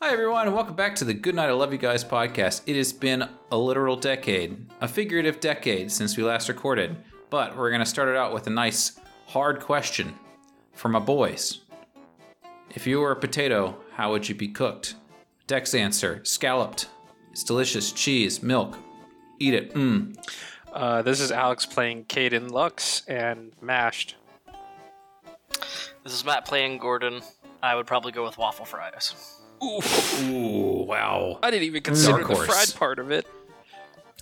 Hi, everyone, and welcome back to the Good Night I Love You Guys podcast. It has been a literal decade, a figurative decade since we last recorded, but we're going to start it out with a nice, hard question for my boys. If you were a potato, how would you be cooked? Dex answer scalloped. It's delicious. Cheese, milk. Eat it. Mmm. Uh, this is Alex playing Caden Lux and Mashed. This is Matt playing Gordon. I would probably go with waffle fries. Ooh, wow. I didn't even consider the course. fried part of it.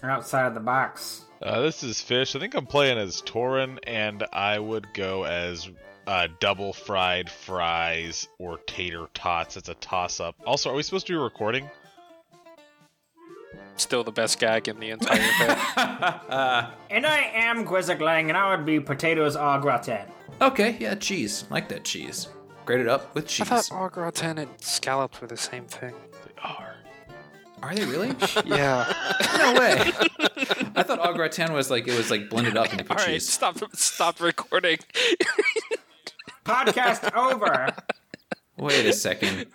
You're outside of the box. Uh, this is Fish. I think I'm playing as Torin, and I would go as uh, double fried fries or tater tots. It's a toss up. Also, are we supposed to be recording? Still the best gag in the entire thing. And I am Quizziclang, and I would be potatoes au gratin. Okay, yeah, cheese. Like that cheese. Grate it up with I cheese. thought au gratin and scalloped were the same thing. They are. Are they really? Yeah. no way. I thought au gratin was like it was like blended up into All right, cheese. stop, stop recording. Podcast over. Wait a second.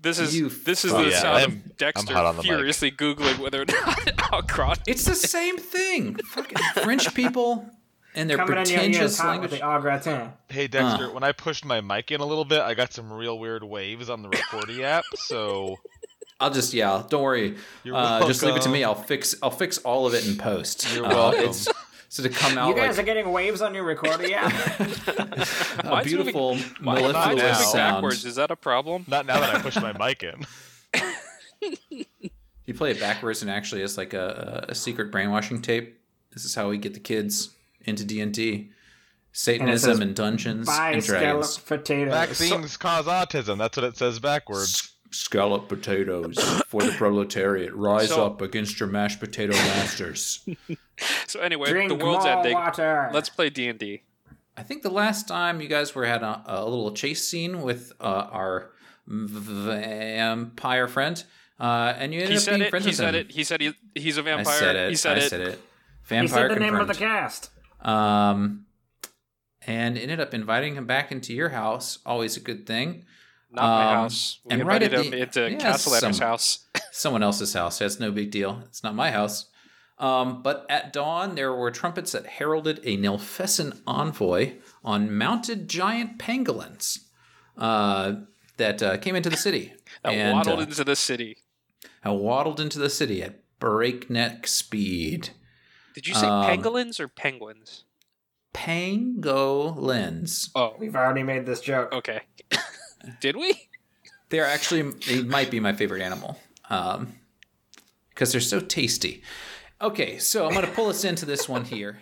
This is You this is fuck. the Yeah, sound I'm- I'm of Dexter hot on the mic. furiously googling whether or not au gratin. It's the same thing. Fucking French people and their Coming in your ears pretentious hot with language. the au gratin. Hey Dexter, when I pushed my mic in a little bit, I got some real weird waves on the Recordy app. So I'll just yeah. I'll- Don't worry. You're Uh, just leave it to welcome. me. I'll fix. I'll fix all of it in post. You're Uh, welcome. it's- so to come out You guys Oh, like are getting waves on your recorder, yeah? a Mine's moving- beautiful Why am I Mellifluous moving mellifluous sound. backwards? Is that a problem? not now that I pushed my mic in. You play it backwards, and actually, it's like a, a secret brainwashing tape. This is how we get the kids into D and D, Satanism, says, and dungeons, Buy and dragons. scalloped potatoes. Vaccines cause autism. That's what it says backwards. Scallop potatoes for the proletariat. Rise So- up against your mashed potato masters. So anyway, Drink the world's more ending. water. Let's play D and D. I think the last time you guys were had a, a little chase scene with uh, our vampire friend, uh, and you ended He up said being it. friends He with said him. it. He said he, he's a I vampire. said it. He said I it. said it. he Vampire said the name of confirmed. the cast. um, and ended up inviting him back into your house. Always a good thing. Not my Um, house. We and right invited at him the- into yeah, Castle Edgar's some- house. someone else's house. That's no big deal. It's not my house. Um, but at dawn, there were trumpets that heralded a Nilfessan envoy on mounted giant pangolins uh, that uh, came into the city that and waddled uh, into the city. and waddled into the city at breakneck speed. Did you say um, pangolins or penguins? Pangolins. Oh, We've already made this joke. okay. Did we? They're actually they might be my favorite animal um, because they're so tasty. Okay, so I'm gonna pull us into this one here.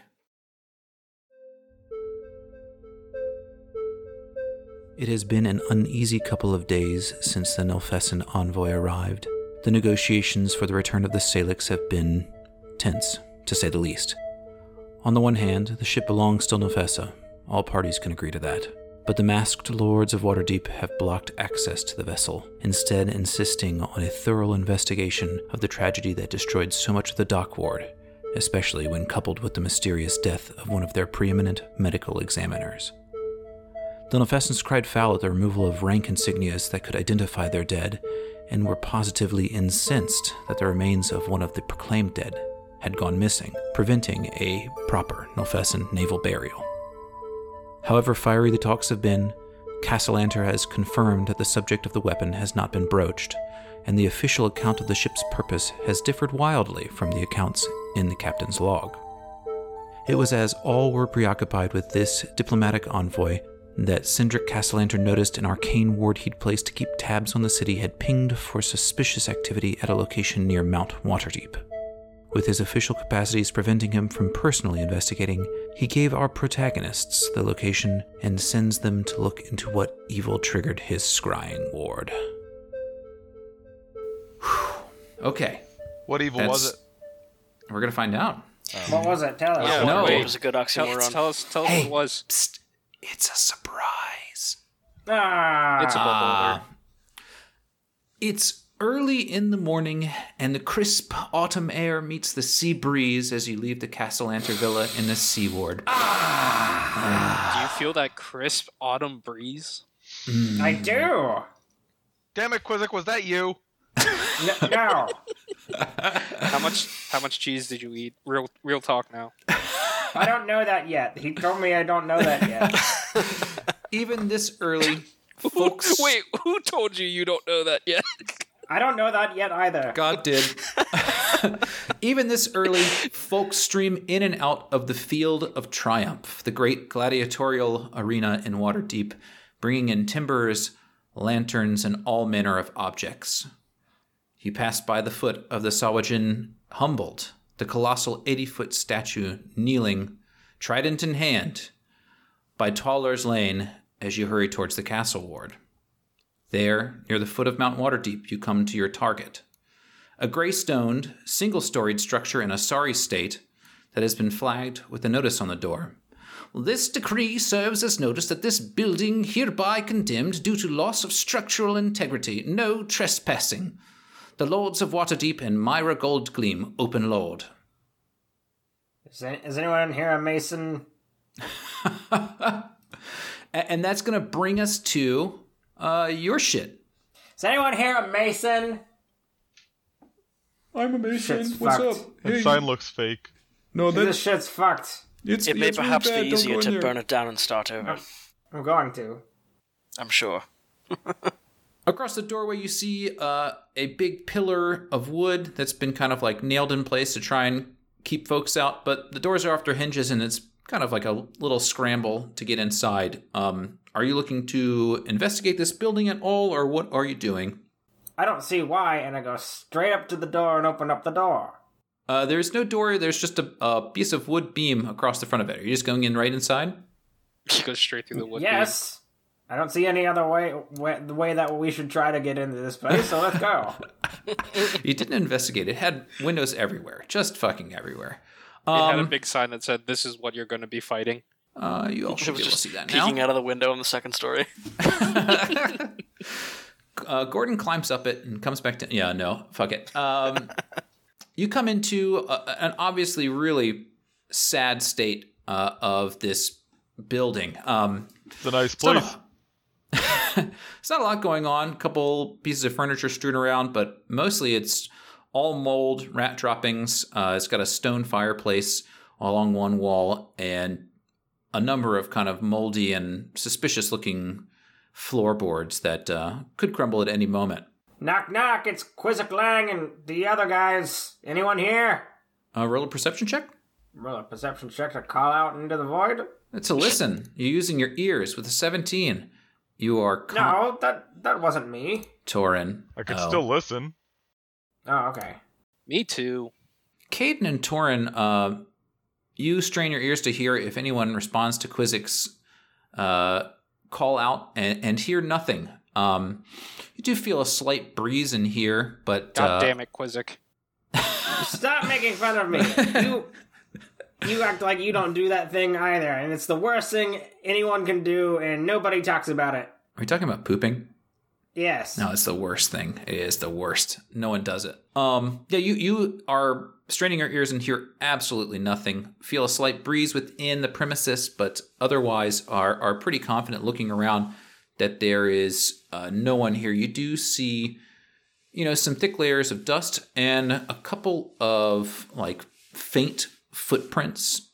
It has been an uneasy couple of days since the Nilfessan envoy arrived. The negotiations for the return of the Salix have been tense, to say the least. On the one hand, the ship belongs to Nilfessa. All parties can agree to that. But the masked lords of Waterdeep have blocked access to the vessel, instead insisting on a thorough investigation of the tragedy that destroyed so much of the dock ward, especially when coupled with the mysterious death of one of their preeminent medical examiners. The Nilfessans cried foul at the removal of rank insignias that could identify their dead, and were positively incensed that the remains of one of the proclaimed dead had gone missing, preventing a proper Nilfessan naval burial. However fiery the talks have been, Castellanter has confirmed that the subject of the weapon has not been broached, and the official account of the ship's purpose has differed wildly from the accounts in the captain's log. It was as all were preoccupied with this diplomatic envoy that Cindric Castellanter noticed an arcane ward he'd placed to keep tabs on the city had pinged for suspicious activity at a location near Mount Waterdeep. With his official capacities preventing him from personally investigating, he gave our protagonists the location and sends them to look into what evil triggered his scrying ward. Okay, What evil was That's- we're gonna find out. What was it? Tell us. Yeah, no. It was a good Tell, oxymoron. tell us. Tell us what Hey. it was. Psst, it's a surprise. Ah, It's a bubble. It's early in the morning, and the crisp autumn air meets the sea breeze as you leave the Castle Anter Villa in the seaward. Do you feel that crisp autumn breeze? I do. Damn it, Quizzic, was that you? N- no. How much how much cheese did you eat? Real real talk now. I don't know that yet. He told me I don't know that yet. Even this early, folks. Wait, who told you you don't know that yet? I don't know that yet either. God did. Even this early, folks stream in and out of the Field of Triumph, the great gladiatorial arena in Waterdeep, bringing in timbers, lanterns, and all manner of objects. You pass by the foot of the Sawajin Humboldt, the colossal 80 foot statue kneeling, trident in hand, by Toller's Lane as you hurry towards the castle ward. There, near the foot of Mount Waterdeep, you come to your target. A gray stoned, single storied structure in a sorry state that has been flagged with a notice on the door. This decree serves as notice that this building hereby condemned due to loss of structural integrity, no trespassing. The Lords of Waterdeep and Myra Goldgleam, open lord. Is, an- is anyone here a mason? A- and that's going to bring us to uh, your shit. Is anyone here a mason? I'm a Mason. Shit's What's fucked. up? That Hey, sign looks fake. no, This that's shit's fucked. it's, It may it's really perhaps bad. Don't be go easier in to there. burn it down and start over. I'm going to. I'm sure. Across the doorway, you see uh, a big pillar of wood that's been kind of like nailed in place to try and keep folks out, but the doors are off their hinges and it's kind of like a little scramble to get inside. Um, are you looking to investigate this building at all, or what are you doing? I don't see why, and I go straight up to the door and open up the door. Uh, there's no door, there's just a, a piece of wood beam across the front of it. Are you just going in right inside? She goes straight through the wood. yes. I don't see any other way, way the way that we should try to get into this place. So let's go. you didn't investigate, it had windows everywhere, just fucking everywhere. dude. It had a Um, big sign that said, "This is what you're going to be fighting." uh, you all She should be was able to just see that now. peeking out of the window in the second story. uh, Gordon climbs up it and comes back to. Yeah, no, fuck it. Um, you come into a, an obviously really sad state uh, of this building. Um, It's a nice place. there's not a lot going on. A couple pieces of furniture strewn around, but mostly it's all mold, rat droppings. Uh, it's got a stone fireplace along one wall and a number of kind of moldy and suspicious looking floorboards that uh, could crumble at any moment. knock, knock. It's Quizzic Lang and the other guys. Anyone here? Uh, roll a perception check. Roll a perception check to call out into the void. It's a listen. You're using your ears with a 17. You are con- No, that that wasn't me. Torin. I could Oh. still listen. Oh, okay. Me too. Caden and Torin, uh, you strain your ears to hear if anyone responds to Quizzic's uh, call out and, and hear nothing. Um, you do feel a slight breeze in here, but God uh, damn it, Quizzic. Stop making fun of me. You you act like you don't do that thing either, and it's the worst thing anyone can do, and nobody talks about it. Are we talking about pooping? Yes. No, it's the worst thing. It is the worst. No one does it. Um, yeah, you you are straining your ears and hear absolutely nothing. Feel a slight breeze within the premises, but otherwise are are pretty confident looking around that there is uh, no one here. You do see, you know, some thick layers of dust and a couple of like faint footprints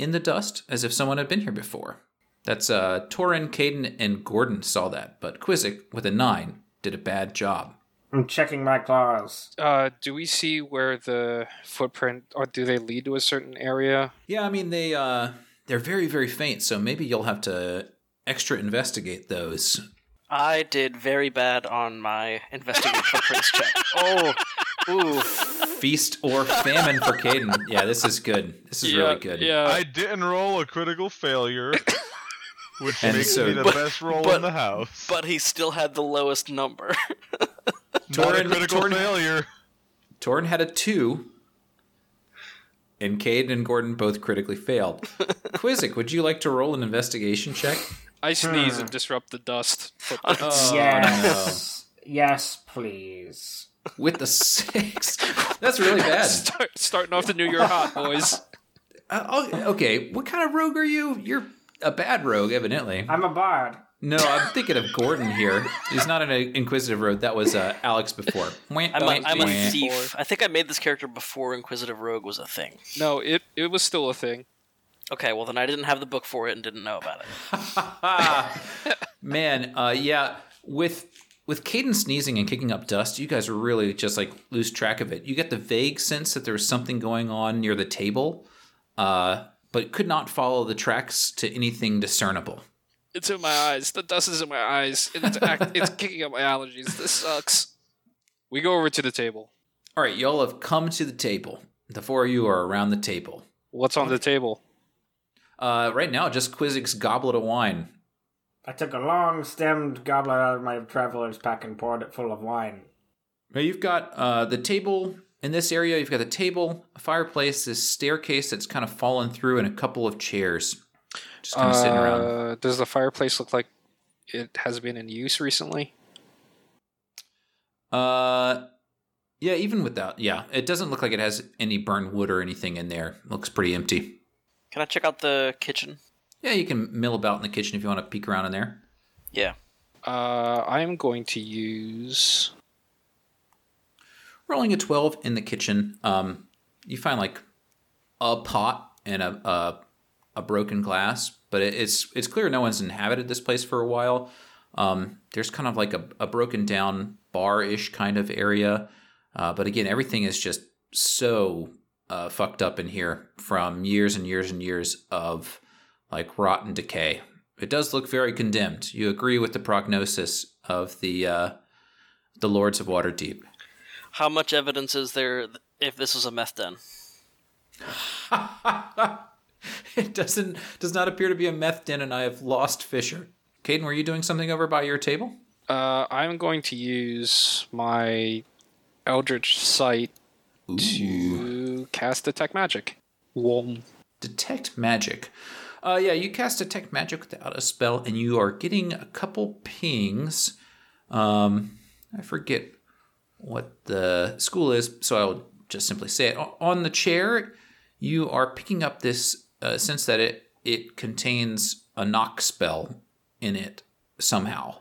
in the dust, as if someone had been here before. That's uh, Torin, Caden, and Gordon saw that, but Quizzic with a nine did a bad job. I'm checking my claws. Uh, do we see where the footprint, or do they lead to a certain area? Yeah, I mean they uh, they're very very faint, so maybe you'll have to extra investigate those. I did very bad on my investigative footprints check. Oh, ooh. Feast or famine for Caden. Yeah, this is good. This is really good. Uh, Yeah. I didn't roll a critical failure, which And makes so- me the But- best roll but- in the house. But he still had the lowest number. Not a Torin- critical Torin- failure. Torin had a two, and Caden and Gordon both critically failed. Quizzic, would you like to roll Hmm. an investigation check? I sneeze and disrupt the dust. Oh, yes. Yes, please. with the six. That's really bad. Start, starting off the New Year hot, boys. Uh, oh, okay, what kind of rogue are you? You're a bad rogue, evidently. I'm a bard. No, I'm thinking of Gordon here. He's not an inquisitive rogue. That was uh, Alex before. I'm a, I'm a Wah. thief. I think I made this character before Inquisitive Rogue was a thing. No, it it was still a thing. Okay, well then I didn't have the book for it and didn't know about it. Man, uh, yeah, with with Caden sneezing and kicking up dust, you guys really just like lose track of it. You get the vague sense that there was something going on near the table, uh, but could not follow the tracks to anything discernible. It's in my eyes. The dust is in my eyes. And it's act, it's kicking up my allergies. This sucks. We go over to the table. All right, y'all have come to the table. The four of you are around the table. What's on the table? Uh, right now, just Quizzic's goblet of wine. I took a long stemmed goblet out of my traveler's pack and poured it full of wine. Now you've got uh, the table in this area. You've got the table, a fireplace, this staircase that's kind of fallen through, and a couple of chairs just kind of sitting around. Uh, does the fireplace look like it has been in use recently? Uh, yeah, even without, yeah, it doesn't look like it has any burned wood or anything in there. looks pretty empty. Can I check out the kitchen? Yeah, you can mill about in the kitchen if you want to peek around in there. Yeah. Uh, I'm going to use. Rolling a twelve in the kitchen, um, you find like a pot and a a, a broken glass, but it, it's it's clear no one's inhabited this place for a while. Um, there's kind of like a, a broken down bar ish kind of area. Uh, but again, everything is just so uh, fucked up in here from years and years and years of like rotten decay. It does look very condemned. You agree with the prognosis of the uh, the Lords of Waterdeep. How much evidence is there th- if this was a meth den? It doesn't does not appear to be a meth den, and I have lost Fisher. Caden, were you doing something over by your table? Uh, I'm going to use my Eldritch Sight to cast Detect Magic. Wom. detect magic. Uh, yeah, you cast detect magic without a spell, and you are getting a couple pings. Um, I forget what the school is, so I'll just simply say it. O- On the chair, you are picking up this uh, sense that it it contains a knock spell in it somehow.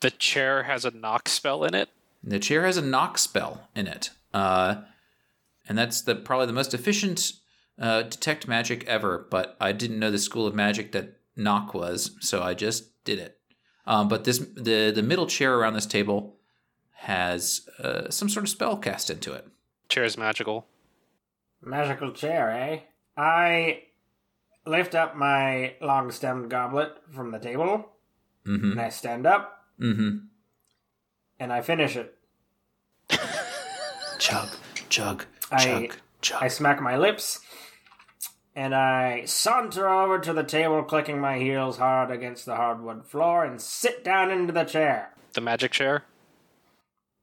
The chair has a knock spell in it. The chair has a knock spell in it, uh, and that's the probably the most efficient uh, detect magic ever. But I didn't know the school of magic that knock was, so I just did it. Um, but this the the middle chair around this table has uh, some sort of spell cast into it. Chair is magical. Magical chair, eh? I lift up my long stemmed goblet from the table, Mm-hmm. and I stand up, Mm-hmm. and I finish it. Chug, chug, I- chug, chug. I smack my lips, and I saunter over to the table, clicking my heels hard against the hardwood floor, and sit down into the chair. The magic chair.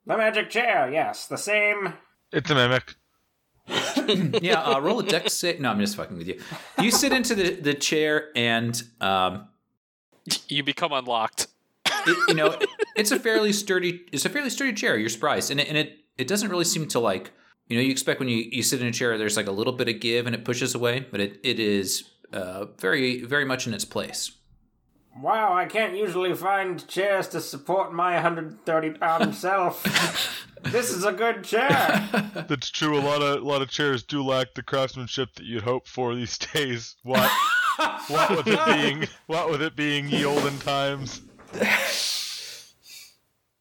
The magic chair, yes, the same. It's a mimic. yeah, uh, roll a dex save. No, I'm just fucking with you. You sit into the, the chair and um, You become unlocked. it, you know, it's a fairly sturdy. It's a fairly sturdy chair. You're surprised, and it, and it it doesn't really seem to like. You know, you expect when you, you sit in a chair, there's like a little bit of give and it pushes away, but it it is uh, very very much in its place. Wow, I can't usually find chairs to support my 130 pound self. This is a good chair. That's true. A lot of a lot of chairs do lack the craftsmanship that you'd hope for these days. What? what with it being what with it being ye olden times.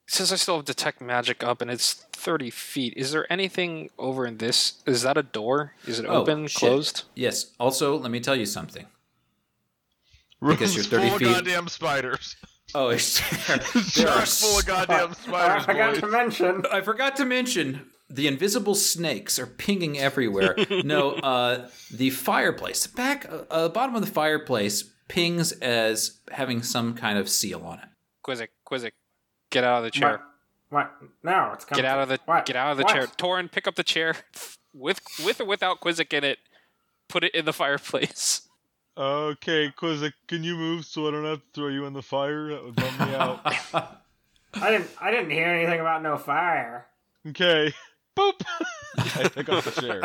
Since I still have Detect Magic up and it's 30 feet, is there anything over in this? Is that a door? Is it Oh, open? shit. Closed? Yes. Also, let me tell you something. Rooms you're 30 full feet. of goddamn spiders. Oh, it's, there are Chock full of goddamn I spiders, forgot to boys. mention. I forgot to mention the invisible snakes are pinging everywhere. no, uh, the fireplace, the back, uh, the bottom of the fireplace pings as having some kind of seal on it. Quizzic, Quizzic, get out of the chair. What? What? No, it's coming. Get out of the What? get out of the What? chair. Torin, pick up the chair with with or without Quizzic in it. Put it in the fireplace. Okay, Quizzic, can you move so I don't have to throw you in the fire? That would bum me out. I didn't. I didn't hear anything about no fire. Okay. Boop. I pick up the chair.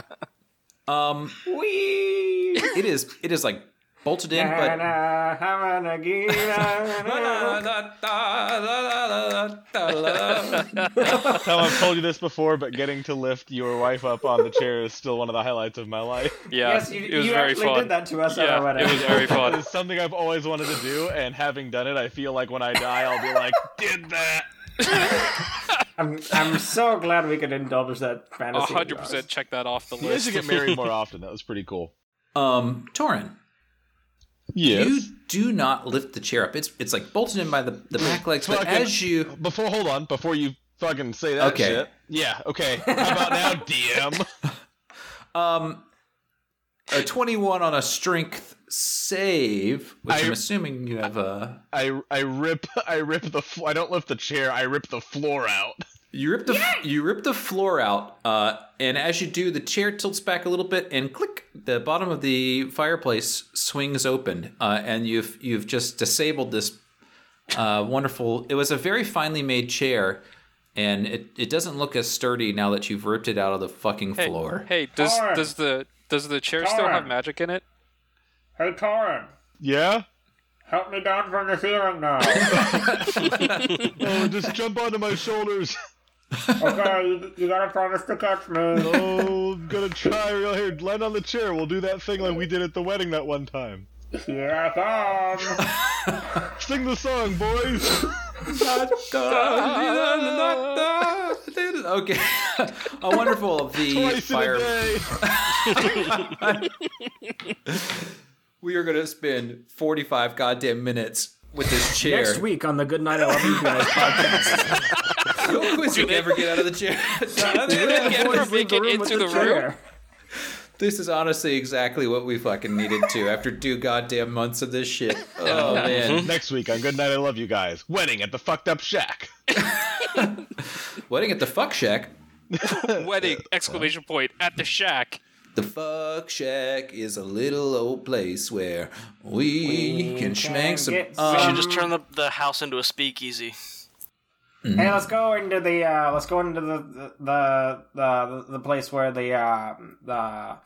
Um, Wee. it is it is like bolted in, but uh, Tom, I've told you this before, but getting to lift your wife up on the chair is still one of the highlights of my life. Yeah, yes, you, it was you very actually fun. did that to us at our yeah, wedding. it was very fun. It's something I've always wanted to do, and having done it, I feel like when I die, I'll be like, did that. I'm, I'm so glad we could indulge that A fantasy. of hundred ours. percent check that off the You guys list. should get married more often. That was pretty cool. um, Torin, Yes. you do not lift the chair up. It's it's like bolted in by the, the back legs, but Fucking- as you Before, hold on, before you fucking say that Okay. shit. Yeah, okay. How about now, DM? um a twenty one on a strength save, which I, I- am assuming you have a I, I rip, I rip the, fl- I don't lift the chair, I rip the floor out. you rip the you rip the floor out, uh, and as you do, the chair tilts back a little bit, and click, the bottom of the fireplace swings open, uh, and you've you've just disabled this uh, wonderful. It was a very finely made chair, and it, it doesn't look as sturdy now that you've ripped it out of the fucking floor. Hey, does Torrin. does the does the chair still have Torrin. magic in it? Hey, Torin, Yeah? help me down from the ceiling now. Oh, just jump onto my shoulders. okay, you, you gotta promise to catch me. Oh, I'm gonna try real here. Land on the chair. We'll do that thing like we did at the wedding that one time. Here I come. Sing the song, boys. okay, a wonderful the Twice in a fire. day. We are gonna spend forty five goddamn minutes with this chair. Next week on the Good Night I Love You guys podcast. Quiz you never get out of the chair. Get Boys her leave make it room with into the chair. room. this is honestly exactly what we fucking needed to after two goddamn months of this shit. Oh man. Next week on Good Night, I Love You Guys. Wedding at the fucked up shack. Wedding at the fuck shack. Wedding! Exclamation point at the shack. The fuck shack is a little old place where we, can schmank some. get Um, We should just turn the, the house into a speakeasy. Hey, let's go into the uh, let's go into the the the the, the place where the uh, the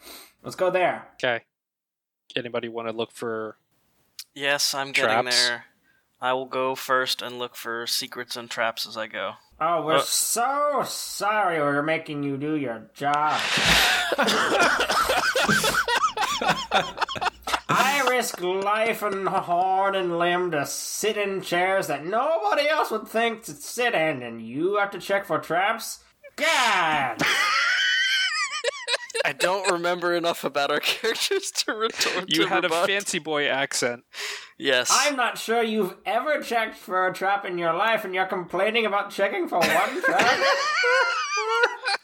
let's go there. Okay. Anybody want to look for? Yes, I'm getting Traps. there. I will go first and look for secrets and traps as I go. Oh, we're so sorry we we're making you do your job. I risk life and horn and limb to sit in chairs that nobody else would think to sit in, and you have to check for traps? God! I don't remember enough about our characters to retort You to had a rebut. fancy boy accent. Yes. I'm not sure you've ever checked for a trap in your life, and you're complaining about checking for one trap?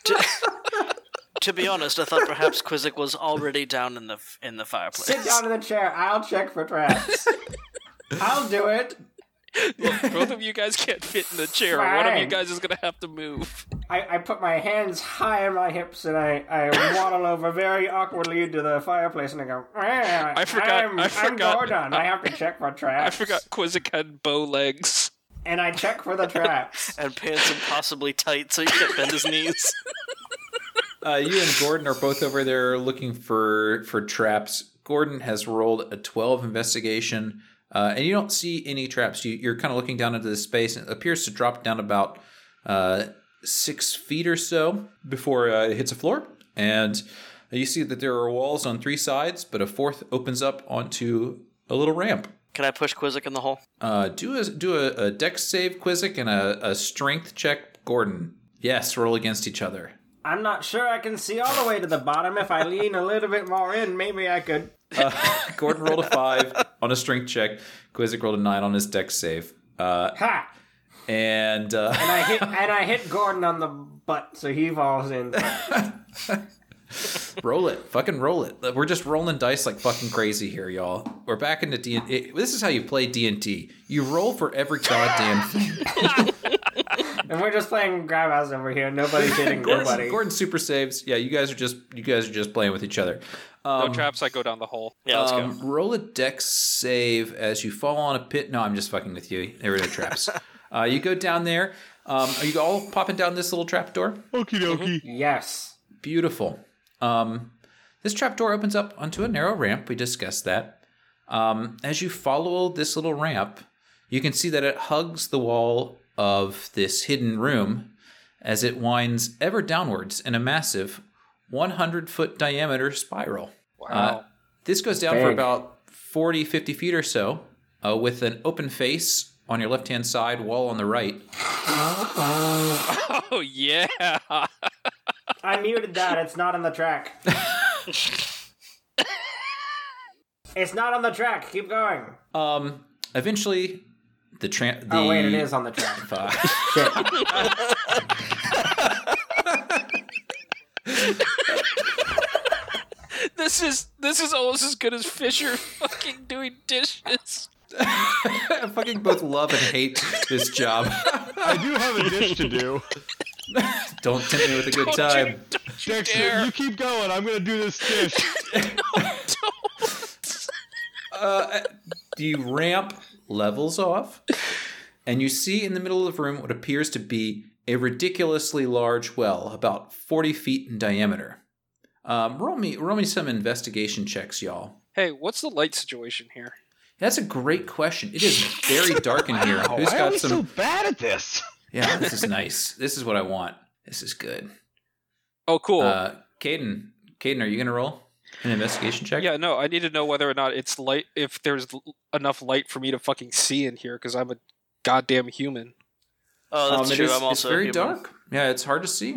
to be honest, I thought perhaps Quizzic was already down in the in the fireplace. Sit down in the chair, I'll check for traps. I'll do it. Both of you guys can't fit in the chair. One of you Fine. guys is gonna have to move. I, I put my hands high on my hips and I, I waddle over very awkwardly into the fireplace and I go, I forgot- I'm, I forgot- am Gordon. I have to check for I traps. forgot Quizzic had bow legs. And I check for the traps. And pants impossibly tight so he can't bend his knees. Uh, you and Gordon are both over there looking for for traps. Gordon has rolled a twelve investigation, uh, and you don't see any traps. You, you're kind of looking down into this space, and it appears to drop down about uh, six feet or so before uh, it hits a floor. And you see that there are walls on three sides, but a fourth opens up onto a little ramp. Can I push Quizzic in the hole? Uh, do a do a, a dex save, Quizzic, and a, a strength check, Gordon. Yes, roll against each other. I'm not sure I can see all the way to the bottom. If I lean a little bit more in, maybe I could. Gordon rolled a five on a strength check. Quizzic rolled a nine on his dex save. Uh, Ha! and uh, And I hit and I hit Gordon on the butt, so he falls in. roll it, fucking roll it. We're just rolling dice like fucking crazy here, y'all. We're back into D. it- This is how you play D and D. You roll for every goddamn thing. And we're just playing grab house over here. Nobody's hitting nobody. Gordon, Gordon super saves. Yeah, you guys are just you guys are just playing with each other. No traps. I go down the hole. Um, Yeah, let's Um, roll a dex save as you fall on a pit. No, I'm just fucking with you. There were no traps. Uh, you go down there. Um, are you all popping down this little trapdoor? Okie dokie. Yes. Beautiful. Um, this trapdoor opens up onto a narrow ramp. We discussed that. Um, as you follow this little ramp, you can see that it hugs the wall of this hidden room as it winds ever downwards in a massive 100 foot diameter spiral. Wow. this goes down for Big. about 40, 50 feet or so uh, with an open face on your left hand side, wall on the right. Oh yeah. I muted that. It's not on the track. it's not on the track. Keep going. Um, eventually, the, tra- the Oh, wait, it is on the track. Fuck. Shit. this is this is almost as good as Fisher fucking doing dishes. I fucking both love and hate this job. I do have a dish to do. Don't tempt me with a good time. Dexter, you keep going. I'm gonna do this dish. The ramp levels off, and you see in the middle of the room what appears to be a ridiculously large well, about 40 feet in diameter. Um, roll, me, roll me some investigation checks, y'all. Hey, what's the light situation here? That's a great question. It is very dark in here. Who's Why are got we some so bad at this? Yeah, this is nice. This is what I want. This is good. Oh, cool. Uh Caden, Caden, are you gonna roll an investigation check? yeah, no, I need to know whether or not it's light. If there's l- enough light for me to fucking see in here, because I'm a goddamn human. Oh, that's Um, it true. is- I'm also it's very human. dark. Yeah, it's hard to see.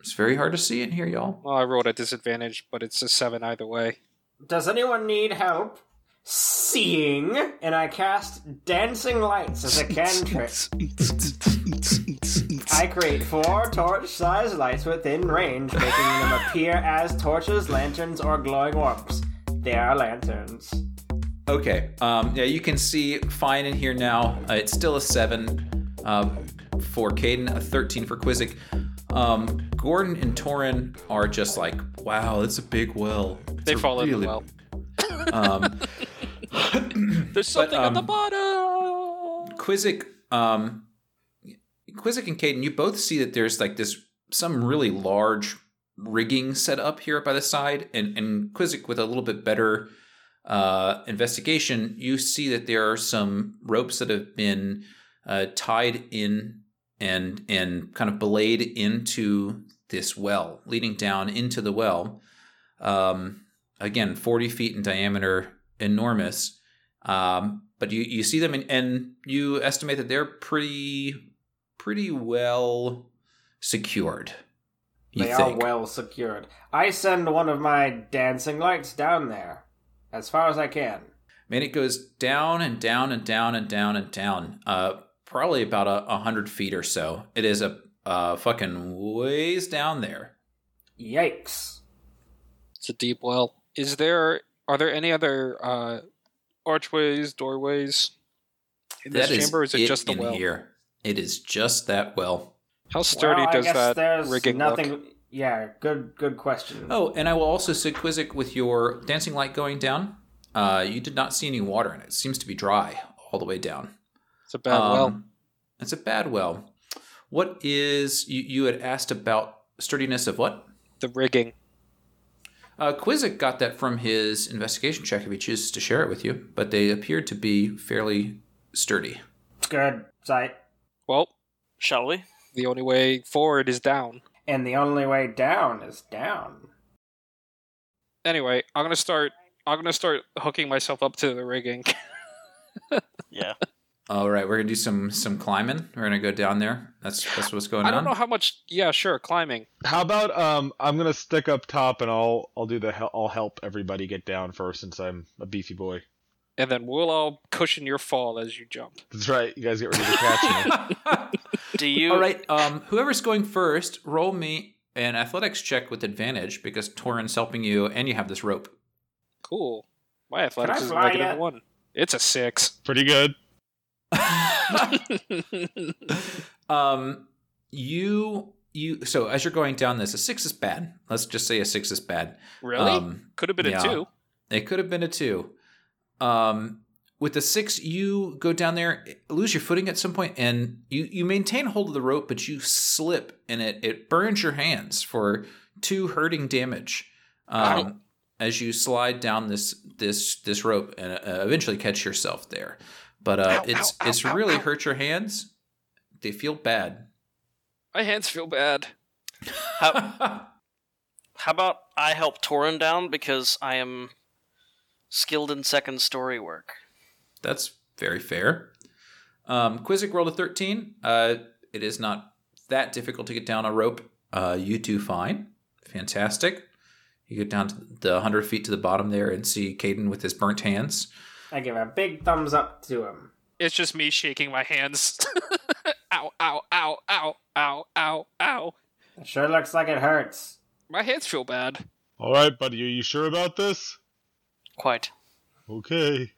It's very hard to see in here, y'all. Well, I rolled at disadvantage, but it's a seven either way. Does anyone need help seeing? And I cast Dancing Lights as a cantrip. I create four torch sized lights within range, making them appear as torches, lanterns, or glowing orbs. They are lanterns. Okay. Um, yeah, you can see fine in here now. Uh, it's still a seven um, for Caden, a thirteen for Quizzic. Um, Gordon and Torin are just like, wow, that's a big well. It's They a fall in the really- well. Um, There's something uh, at the um, bottom. Quizzic, um, Quizzic and Caden, you both see that there's like this some really large rigging set up here by the side, and and Quizzic with a little bit better uh, investigation, you see that there are some ropes that have been uh, tied in and and kind of belayed into this well, leading down into the well. Um, again, forty feet in diameter, enormous. Um, but you, you see them and, and you estimate that they're pretty pretty well secured. You They are think. well secured. I send one of my dancing lights down there, as far as I can. Man, it goes down and down and down and down and down. Uh, probably about a, a hundred feet or so. It is a uh, fucking ways down there. Yikes. It's a deep well. Is there? Are there any other uh, archways, doorways in this That is chamber? Or is it, just the in well? here. It is just that well. How sturdy Well, I does guess that there's rigging nothing... look? Yeah, good good question. Oh, and I will also say, Quizzic, with your dancing light going down, uh, you did not see any water in it. It seems to be dry all the way down. It's a bad well. Um, It's a bad well. What is you, you had asked about sturdiness of what? The rigging. Uh, Quizzic got that from his investigation check if he chooses to share it with you, but they appear to be fairly sturdy. Good sight. Well, Shall we? the only way forward is down. And the only way down is down. Anyway, I'm gonna start. I'm gonna start hooking myself up to the rigging. Yeah. All right, we're gonna do some some climbing. We're gonna go down there. That's that's what's going I don't on. know how much. Yeah, sure, climbing. How about um? I'm gonna stick up top and I'll I'll do the hel- I'll help everybody get down first since I'm a beefy boy. and then we'll all cushion your fall as you jump. That's right. You guys get ready to catch me. Do you? All right, um, whoever's going first, roll me an athletics check with advantage because Torin's helping you, and you have this rope. Cool. My athletics Can I is fly negative yet? one. It's a six. Pretty good. um, you you so as you're going down this, a six is bad. Let's just say a six is bad. really? Um, Could have been yeah. a two. It could have been a two. Um, with the six, you go down there, lose your footing at some point, and you, you maintain hold of the rope, but you slip and it, it burns your hands for two hurting damage um, as you slide down this this this rope and uh, eventually catch yourself there. But uh, it's it's really hurt your hands. They feel bad. My hands feel bad. How about I help Torin down because I am skilled in second story work. That's very fair. Um, Quizzic rolled a 13. Uh, it is not that difficult to get down a rope. Uh, you do fine. Fantastic. You get down to the 100 feet to the bottom there and see Caden with his burnt hands. I give a big thumbs up to him. It's just me shaking my hands. ow, ow, ow, ow, ow, ow, ow. It sure looks like it hurts. My hands feel bad. All right, buddy. Are you sure about this? Quite. Okay.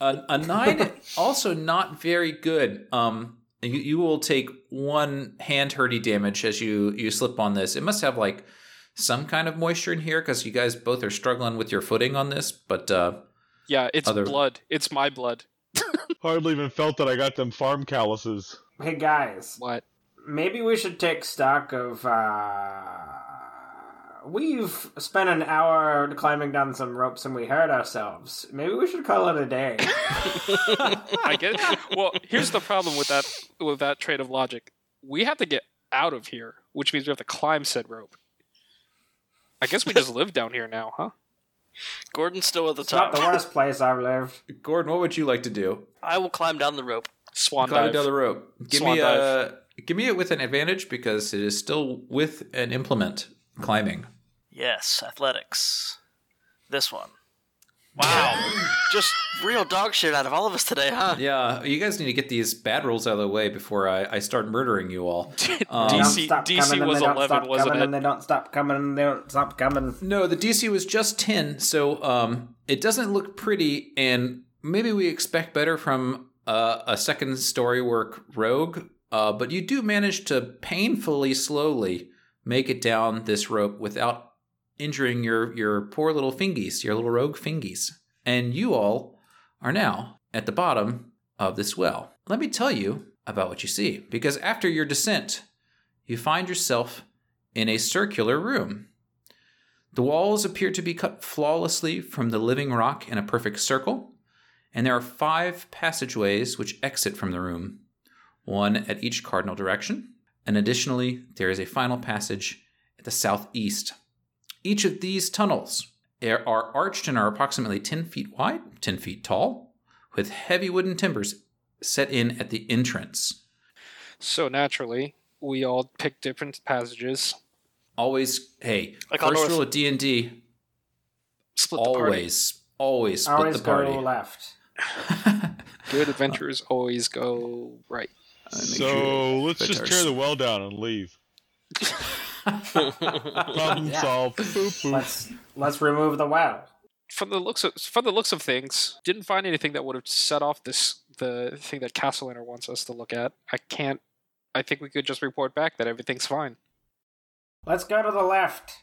A, a 9, also not very good. Um, you, you will take one hand hurty damage as you, you slip on this. It must have like some kind of moisture in here because you guys both are struggling with your footing on this, but uh, Yeah, it's Other- blood. It's my blood. Hardly even felt that I got them farm calluses. Hey guys, What? maybe we should take stock of. uh... We've spent an hour climbing down some ropes and we hurt ourselves. Maybe we should call it a day. I get. well, here's the problem with that with that train of logic. We have to get out of here, which means we have to climb said rope. I guess we just live down here now, huh? Gordon's still at the it's not top. the worst place I've lived. Gordon, what would you like to do? I will climb down the rope. Swan Climbing dive. down the rope. Give Swan me a give me it with an advantage because it is still with an implement climbing. Yes, athletics. This one. Wow. Just real dog shit out of all of us today, huh? Yeah, you guys need to get these bad rolls out of the way before I, I start murdering you all. They don't DC stop coming DC and was they don't eleven, stop wasn't coming it? And they don't stop coming and they don't stop coming. No, the DC was just ten, so um, it doesn't look pretty, and maybe we expect better from uh, a second story work rogue. Uh, but you do manage to painfully slowly make it down this rope without injuring your your poor little fingies, your little rogue fingies, and you all are now at the bottom of this well. Let me tell you about what you see, because after your descent, you find yourself in a circular room. The walls appear to be cut flawlessly from the living rock in a perfect circle, and there are five passageways which exit from the room, one at each cardinal direction, and additionally, there is a final passage at the southeast. Each of these tunnels are are arched and are approximately 10 feet wide, 10 feet tall, with heavy wooden timbers set in at the entrance. So naturally, we all pick different passages. Always, hey, Like on first Earth. rule of D&D, Split always, always split Always the party. go left. the party. Good adventurers always go right. So let's just better. tear the well down and leave. Problem solved. Boop, boop. Let's let's remove the well. From the looks of from the looks of things, didn't find anything that would have set off this the thing that Castellaner wants us to look at. I can't. I think we could just report back that everything's fine. Let's go to the left.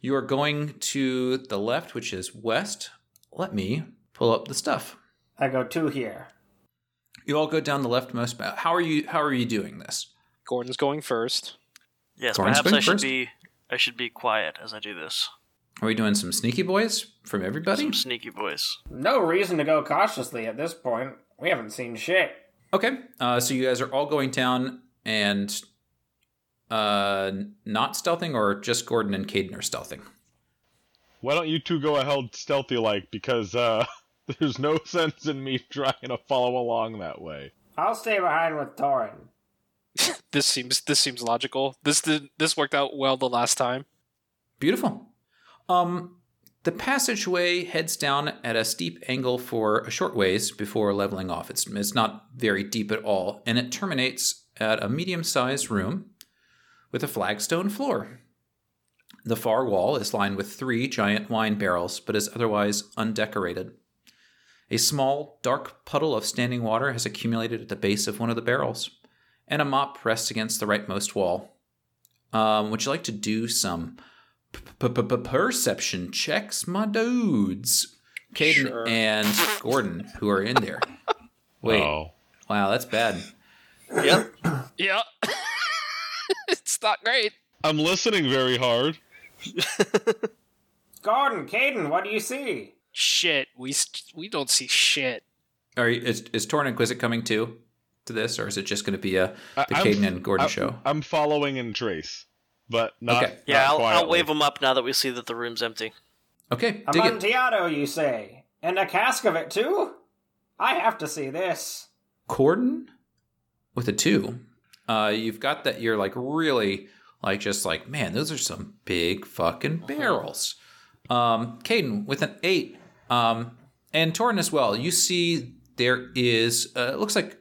You are going to the left, which is west. Let me pull up the stuff. I go two here. You all go down the leftmost path. How are you? How are you doing this? Gordon's going first. Yes, Gordon's perhaps going I should first. be I should be quiet as I do this. Are we doing some sneaky boys from everybody? Some sneaky voice. No reason to go cautiously at this point. We haven't seen shit. Okay, uh, so you guys are all going down and uh, not stealthing, or just Gordon and Caden are stealthing. Why don't you two go ahead stealthy like? Because uh, there's no sense in me trying to follow along that way. I'll stay behind with Torin. This seems this seems logical. This did, this worked out well the last time. Beautiful. Um, the passageway heads down at a steep angle for a short ways before leveling off. It's, it's not very deep at all, and it terminates at a medium sized room with a flagstone floor. The far wall is lined with three giant wine barrels, but is otherwise undecorated. A small, dark puddle of standing water has accumulated at the base of one of the barrels, and a mop rests against the rightmost wall. Um, would you like to do some perception checks, my dudes. Caden Sure. and Gordon, who are in there. Wait, Oh. wow, that's bad. Yep. Yeah. it's not great. I'm listening very hard. Gordon, Caden, what do you see? Shit. We st- we don't see shit. Are you, is is Torn Inquisit coming too to this, or is it just going to be a the I'm- Caden and Gordon I- show? I'm following in trace, but not. Okay. Yeah, not I'll, I'll quietly. wave them up now that we see that the room's empty. Okay, A dig it. Amontillado, you say? And a cask of it, too? I have to see this. Gordon with a two. Uh, you've got that. You're like really like just like man, those are some big fucking barrels. Um, Caden with an eight. Um, and Torn as well. You see there is uh, it looks like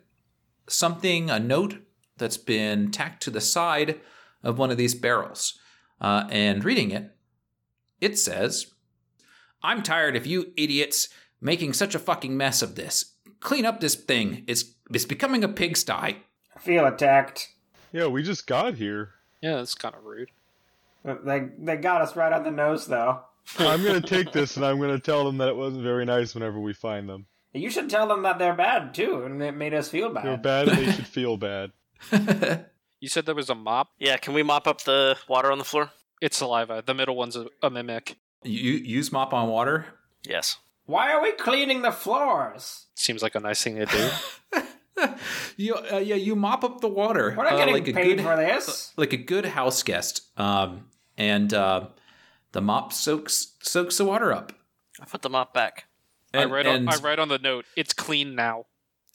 something a note that's been tacked to the side of one of these barrels. Uh, and reading it, it says. I'm tired of you idiots making such a fucking mess of this. Clean up this thing. It's it's becoming a pigsty. I feel attacked. Yeah, we just got here. Yeah, that's kind of rude. They, they got us right on the nose, though. I'm gonna take this and I'm gonna tell them that it wasn't very nice. Whenever we find them, You should tell them that they're bad, too, and it made us feel bad. they're bad. They should feel bad. You said there was a mop. Yeah, can we mop up the water on the floor? It's saliva. The middle one's a, a mimic. You you use mop on water. Yes. Why are we cleaning the floors? Seems like a nice thing to do. You uh, yeah you mop up the water. We're not uh, getting like a paid good, for this. Like a good house guest. Um and uh, the mop soaks soaks the water up. I put the mop back. I And- write on and- I write on the note. It's clean now.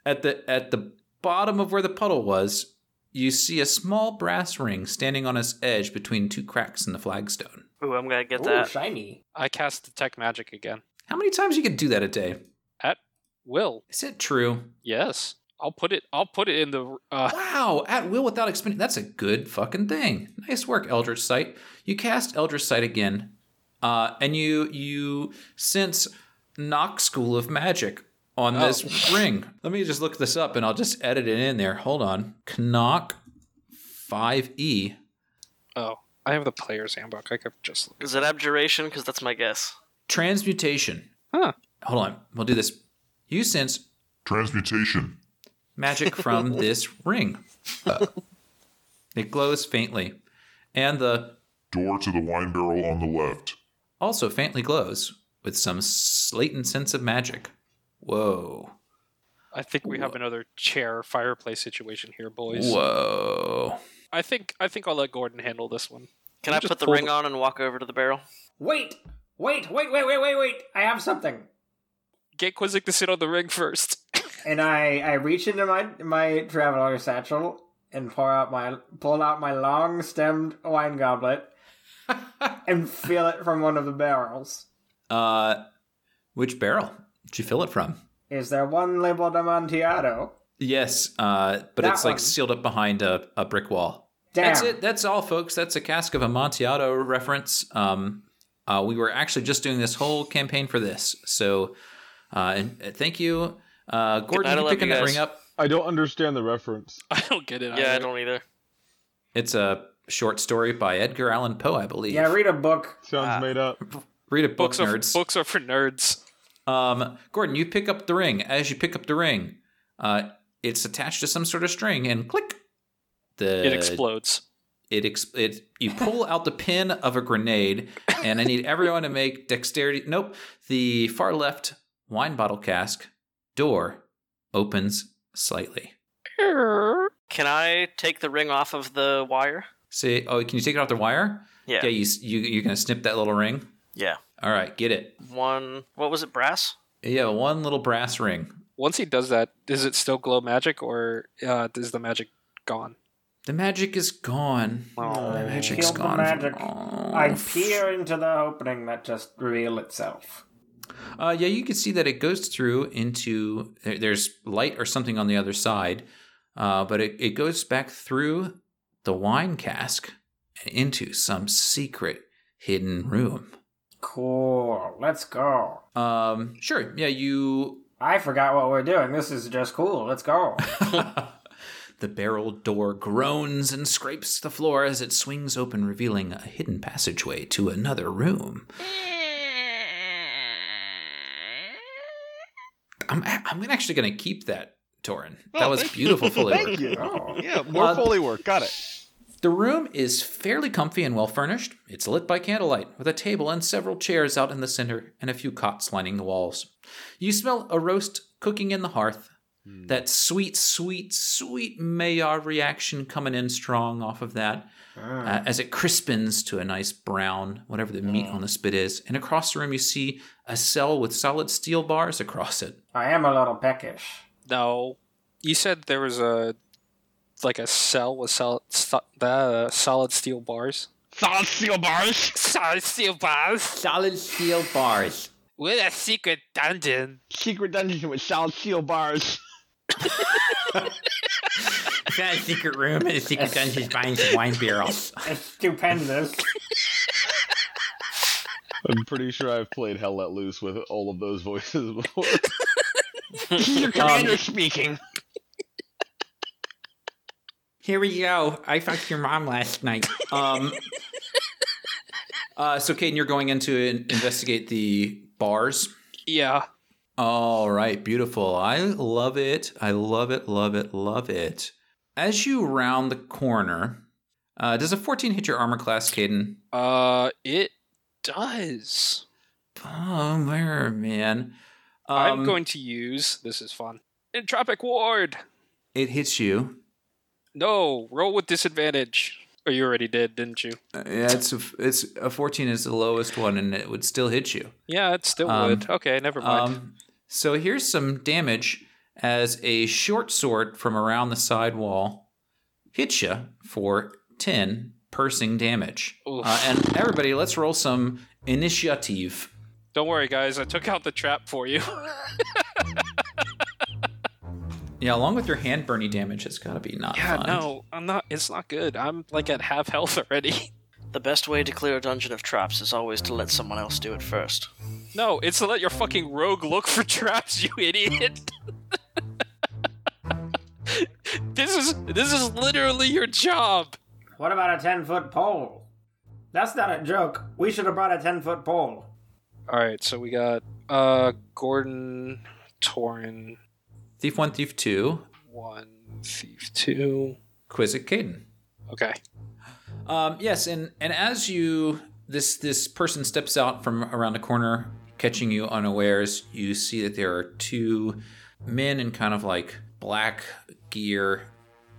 at the at the bottom of where the puddle was, you see a small brass ring standing on its edge between two cracks in the flagstone. Ooh, I'm gonna get Ooh, that. shiny. I cast detect magic again. How many times you could do that a day? Will. Is it true? Yes. I'll put it. I'll put it in the. Uh, Wow, at will without expending. That's a good fucking thing. Nice work, Eldritch Sight. You cast Eldritch Sight again, uh, and you you sense Knock School of Magic on this ring. Let me just look this up, and I'll just edit it in there. Hold on, Knock Five E. oh, I have the player's handbook. I could just. Is it abjuration? Because that's my guess. Transmutation. Huh. Hold on, we'll do this. You sense Transmutation. magic from this ring. Uh, it glows faintly, and the Door to the wine barrel on the left. also faintly glows with some s- latent sense of magic. Whoa. I think we have another chair fireplace situation here, boys. Whoa. I think I think I'll let Gordon handle this one. Can You I just put the pulled ring it. on and walk over to the barrel? Wait! Wait, wait, wait, wait, wait, wait! I have something. Get Quizzic to sit on the ring first. And I, I reach into my my traveler satchel and pour out my pull out my long stemmed wine goblet and fill it from one of the barrels. Uh, which barrel did you fill it from? Is there one labeled Amontillado? Yes, uh, but That it's like one. sealed up behind a, a brick wall. Damn. That's it. That's all, folks. That's a cask of Amontillado reference. Um, uh, we were actually just doing this whole campaign for this. So, uh, and, uh, thank you, uh, night, I Gordon. You love picking you that guys. ring up? I don't understand the reference. I don't get it. Yeah, I either. don't either. It's a short story by Edgar Allan Poe, I believe. Yeah, read a book. Sounds Ah. made up. Read it, book Books are nerds. books are for nerds. Um, Gordon, you pick up the ring. As you pick up the ring, uh, it's attached to some sort of string, and click. The Uh, it explodes. It, ex- it you pull out the pin of a grenade, and I need everyone to make dexterity. Nope, the far left wine bottle cask door opens slightly. Can I take the ring off of the wire? See, oh, can you take it off the wire? Yeah. yeah you s- you you're gonna snip that little ring. Yeah. All right, get it. One. What was it? Brass. Yeah, one little brass ring. Once he does that, does it still glow magic or uh, is the magic gone? The magic is gone. the magic's Oh, Killed the gone. magic. Oh, I peer into the opening that just revealed itself. Uh, yeah, you can see that it goes through into there- there's light or something on the other side, uh, but it, it goes back through the wine cask and into some secret hidden room. Cool. Let's go. Um, sure. Yeah, you. I forgot what we're doing. This is just cool. Let's go. The barrel door groans and scrapes the floor as it swings open, revealing a hidden passageway to another room. I'm, I'm actually going to keep that, Torin. That Oh, was thank you. beautiful Uh, fully Thank worked. you. Oh. Yeah, more Well, Foley work. Got it. The room is fairly comfy and well furnished. It's lit by candlelight, with a table and several chairs out in the center and a few cots lining the walls. You smell a roast cooking in the hearth. That sweet, sweet, sweet Maillard reaction coming in strong off of that Hmm. uh, as it crispens to a nice brown, whatever the meat on the spit is. And across the room, you see a cell with solid steel bars across it. I am a little peckish. No, you said there was a like a cell with solid so, uh, solid steel bars. Solid steel bars. Solid steel bars Solid steel bars. with a secret dungeon. Secret dungeon with solid steel bars. It's not a secret room, it's a secret dungeon finds wine barrels. It's stupendous. I'm pretty sure I've played Hell Let Loose with all of those voices before. Um, Your commander speaking. Here we go. I fucked your mom last night. Um. uh, so, Caden, you're going in to in- investigate the bars. Yeah, All right, beautiful. I love it. I love it. Love it. Love it. As you round the corner, uh, does a 14 hit your armor class, Caden? uh, it does. Bummer, Oh, man. Um, I'm going to use this is fun. Entropic ward. It hits you. No, roll with disadvantage. Oh, you already did, didn't you? Uh, Yeah, it's a, it's a 14 is the lowest one, and it would still hit you. Yeah, it still Um, would. Okay, never mind. Um, so here's some damage as a short sword from around the side wall hits you for 10 piercing damage. Oof. Uh, and everybody, let's roll some initiative. Don't worry, guys. I took out the trap for you. Yeah, along with your hand burny damage, it's got to be not yeah, fun. no, I'm not. It's not good. I'm like at half health already. The best way to clear a dungeon of traps is always to let someone else do it first. No, it's to let your fucking rogue look for traps, you idiot. this is this is literally your job. what about a 10 foot pole? That's not a joke. We should have brought a 10 foot pole. All right, so we got uh Gordon, Torin, Thief 1, Thief 2, one thief, two. Quizzic Caden. Okay. Um, yes, and and as you this this person steps out from around the corner, catching you unawares, you see that there are two men in kind of like black gear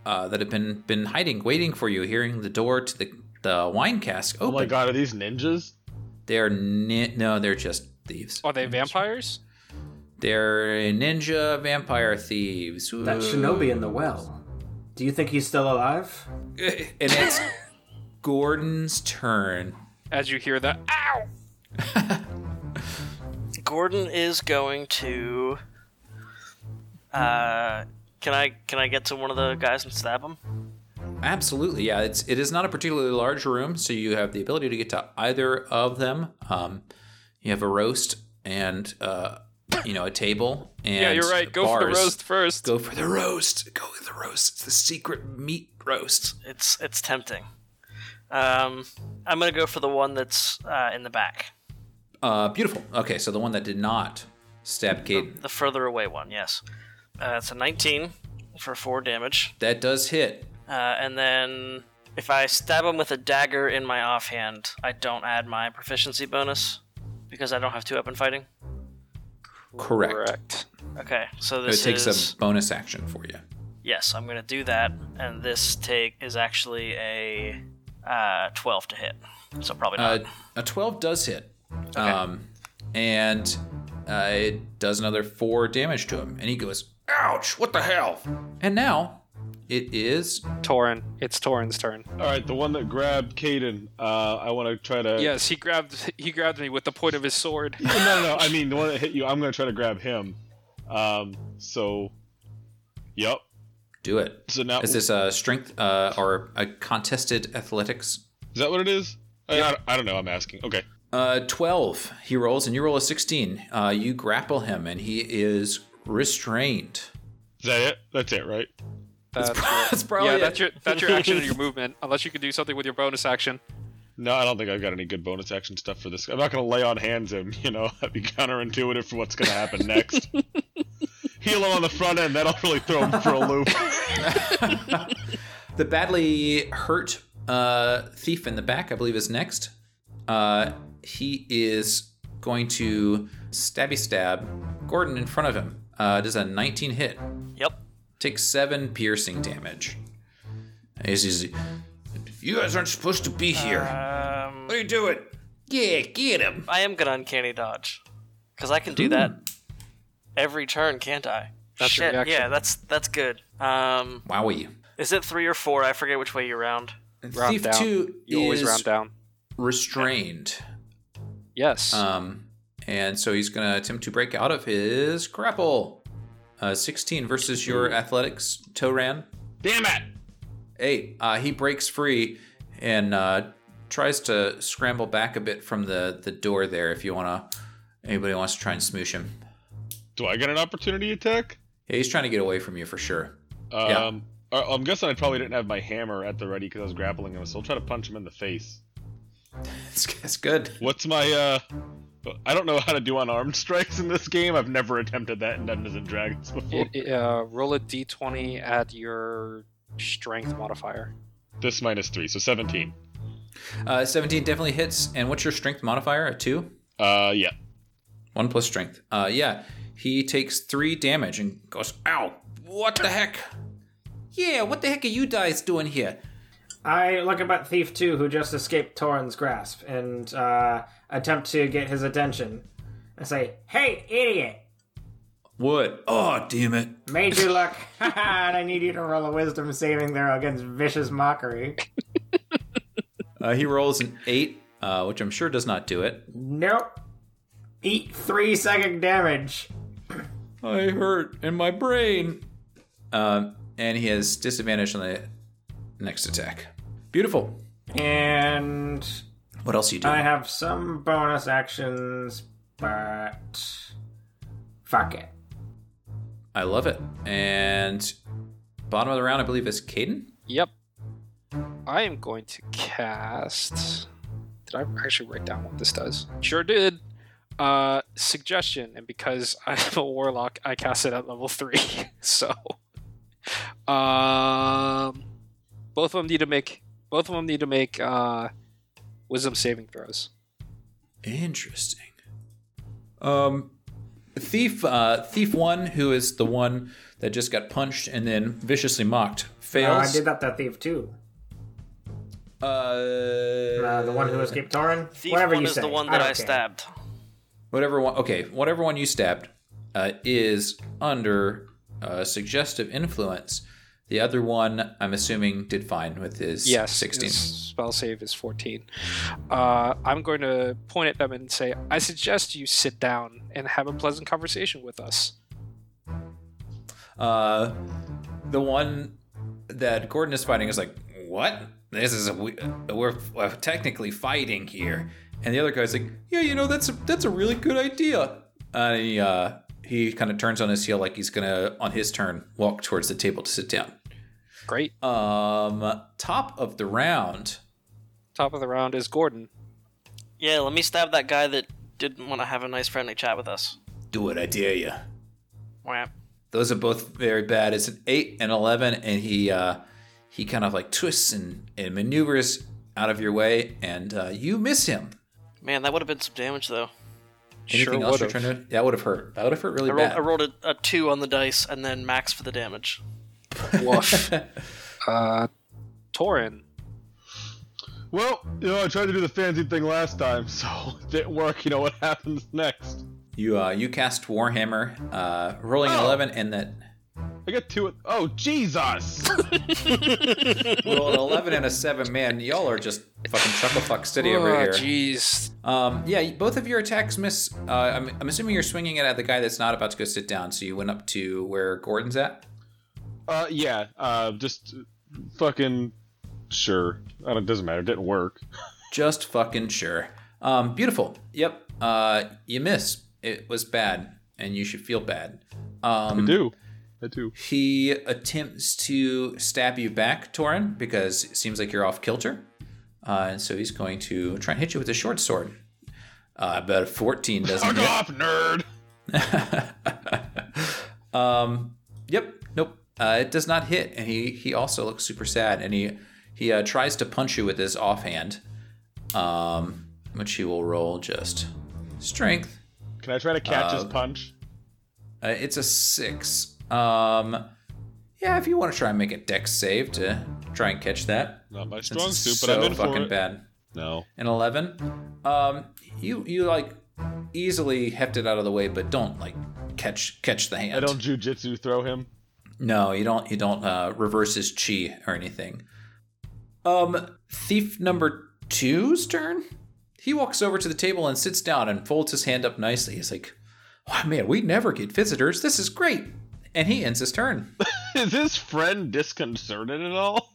uh, that have been been hiding, waiting for you, hearing the door to the the wine cask Oh open. my god, are these ninjas? They're ni- no, they're just thieves. Are they vampires? They're ninja vampire thieves. That Ooh. shinobi in the well. Do you think he's still alive? and it's Gordon's turn. As you hear that, ah, ow! Gordon is going to. Uh, can I can I get to one of the guys and stab him? Absolutely, yeah. It's it is not a particularly large room, so you have the ability to get to either of them. Um, you have a roast and uh, you know a table and yeah, you're right. Go for the bars. roast first. Go for the roast. Go with the roast. It's the secret meat roast. It's it's tempting. Um, I'm gonna go for the one that's uh, in the back, Uh, beautiful. Okay, so the one that did not stab Caden the further away one. Yes, uh, it's a 19 for four damage, that does hit. uh, and then if I stab him with a dagger in my offhand, I don't add my proficiency bonus because I don't have two up in fighting. Correct. Correct. Okay, so It this takes is a bonus action for you. yes, I'm gonna do that, and this take is actually a uh, 12 to hit, so probably not. Uh, a 12 does hit. Um, and uh, it does another four damage to him. And he goes, ouch, what the hell? And now it is. Torin. It's Torin's turn. All right, the one that grabbed Caden. Uh, I want to try to. Yes, he grabbed he grabbed me with the point of his sword. No, no, no. I mean the one that hit you. I'm gonna try to grab him. Um. So. Yep. Do it. So now Is this a strength uh, or a contested athletics? Is that what it is? I, I don't- I don't know. I'm asking. Okay. Uh, 12 he rolls, and you roll a 16. Uh, you grapple him, and he is restrained. Is that it? That's it, right? That's, that's your, probably yeah, it. that's your that's your action and your movement. Unless you can do something with your bonus action. No, I don't think I've got any good bonus action stuff for this. I'm not going to lay on hands him. You know, that'd be counterintuitive for what's going to happen next. Heal him on the front end. That'll really throw him for a loop. The badly hurt uh, thief in the back, I believe, is next. Uh, he is going to stabby stab Gordon in front of him. Uh, does a 19 hit. Yep. Takes seven piercing damage. He's, he's- you guys aren't supposed to be here. Um, what are you doing? Yeah, get him. I am gonna uncanny dodge, cause I can do that every turn, can't I? That's your Shit, reaction. yeah, that's that's good. Um, Wowie. is it three or four? I forget which way you round. Round Thief down. 2 You always is round down. restrained. Yes. Um, and so he's going to attempt to break out of his grapple. Uh, 16 versus your athletics, Toran. Damn it! Eight. Uh, he breaks free and uh, tries to scramble back a bit from the, the door there if you want to. Anybody wants to try and smoosh him. Do I get an opportunity attack? Yeah, he's trying to get away from you for sure. Yeah. Um, I- I'm guessing I probably didn't have my hammer at the ready because I was grappling him, so I'll try to punch him in the face. That's, that's good. What's my uh? I don't know how to do unarmed strikes in this game. I've never attempted that in Dungeons and Dragons before. It- it, uh, roll a d20 at your strength modifier. This minus three, so 17. Uh, 17 definitely hits. And what's your strength modifier? A two? Uh, yeah. One plus strength. Uh, yeah, he takes three damage and goes, "Ow! What the heck? Yeah, what the heck are you guys doing here?" I look about Thief 2, who just escaped Torin's grasp, and uh, attempt to get his attention. I say, Hey, idiot! What? Oh, damn it! Made you look, and I need you to roll a wisdom saving throw against vicious mockery. Uh, he rolls an eight, uh, which I'm sure does not do it. Nope. Eat three psychic damage. I hurt in my brain. Um, and he has disadvantage on the next attack. Beautiful. And What else you do? I have some bonus actions, but fuck it. I love it. And bottom of the round, I believe, is Caden. Yep. I am going to cast. Did I actually write down what this does? Sure did. Uh, suggestion, and because I'm a warlock, I cast it at level three. so, um, both of them need to make both of them need to make uh, wisdom saving throws. Interesting. Um, thief, uh, thief one, who is the one that just got punched and then viciously mocked, Oh, I fails. did that to Thief 2. Uh, Uh, the one who escaped Torin? Thief Whatever one you is say. the one that don't I, care. stabbed. whatever one. Okay, whatever one you stabbed uh, is under uh, suggestive influence. The other one, I'm assuming, did fine with his Yes, sixteen. his spell save is fourteen. Uh, I'm going to point at them and say, "I suggest you sit down and have a pleasant conversation with us." Uh, the one that Gordon is fighting is like, what? This is a we- we're, we're technically fighting here, and the other guy's like, yeah, you know that's a, that's a really good idea. Uh, he uh, he kind of turns on his heel like he's gonna on his turn walk towards the table to sit down. Great. Um, top of the round, Top of the round is Gordon. Yeah, let me stab that guy that didn't want to have a nice friendly chat with us. do it, I dare you. Wham. Those are both very bad. It's an eight and eleven, and he uh, he kind of like twists and, and maneuvers out of your way, and uh, you miss him. Man, that would have been some damage though. Anything Sure else you're would've. trying to? That would have hurt. That would have hurt really I rolled, bad. I rolled a, a two on the dice and then max for the damage. Woof. uh, Torin. Well, you know, I tried to do the fancy thing last time, so it didn't work. You know what happens next? you uh, you cast Warhammer, uh, rolling an Oh. eleven, and that I got two. Oh, Jesus! roll an eleven and a seven. Man, y'all are just fucking chuckle fuck city over Oh, here. jeez. Um, yeah, both of your attacks miss. Uh, I'm, I'm assuming you're swinging it at the guy that's not about to go sit down. So you went up to where Gordon's at. Uh, yeah. Uh, just fucking sure. I don't, it doesn't matter. It didn't work. Just fucking sure. Um, beautiful. Yep. Uh, you miss. It was bad, and you should feel bad. Um, Do That too. He attempts to stab you back, Torin, because it seems like you're off kilter. Uh, and so he's going to try and hit you with a short sword. Uh, but a 14 doesn't Fuck hit. off, nerd! Um, yep, nope. Uh, it does not hit, and he he also looks super sad, and he he uh, tries to punch you with his offhand, um, which he will roll just strength. Can I try to catch his punch? Uh, it's a six. Um, yeah, if you want to try and make a dex save to try and catch that, Not my since strong it's suit, but so I'm in fucking for it. bad. No. An eleven. Um, you you like easily heft it out of the way, but don't like catch catch the hand. I don't jujitsu throw him. No, you don't. You don't uh, reverse his chi or anything. Um, thief number two's turn. He walks over to the table and sits down and folds his hand up nicely. He's like, "Oh man, we never get visitors. This is great." And he ends his turn. Is his friend disconcerted at all?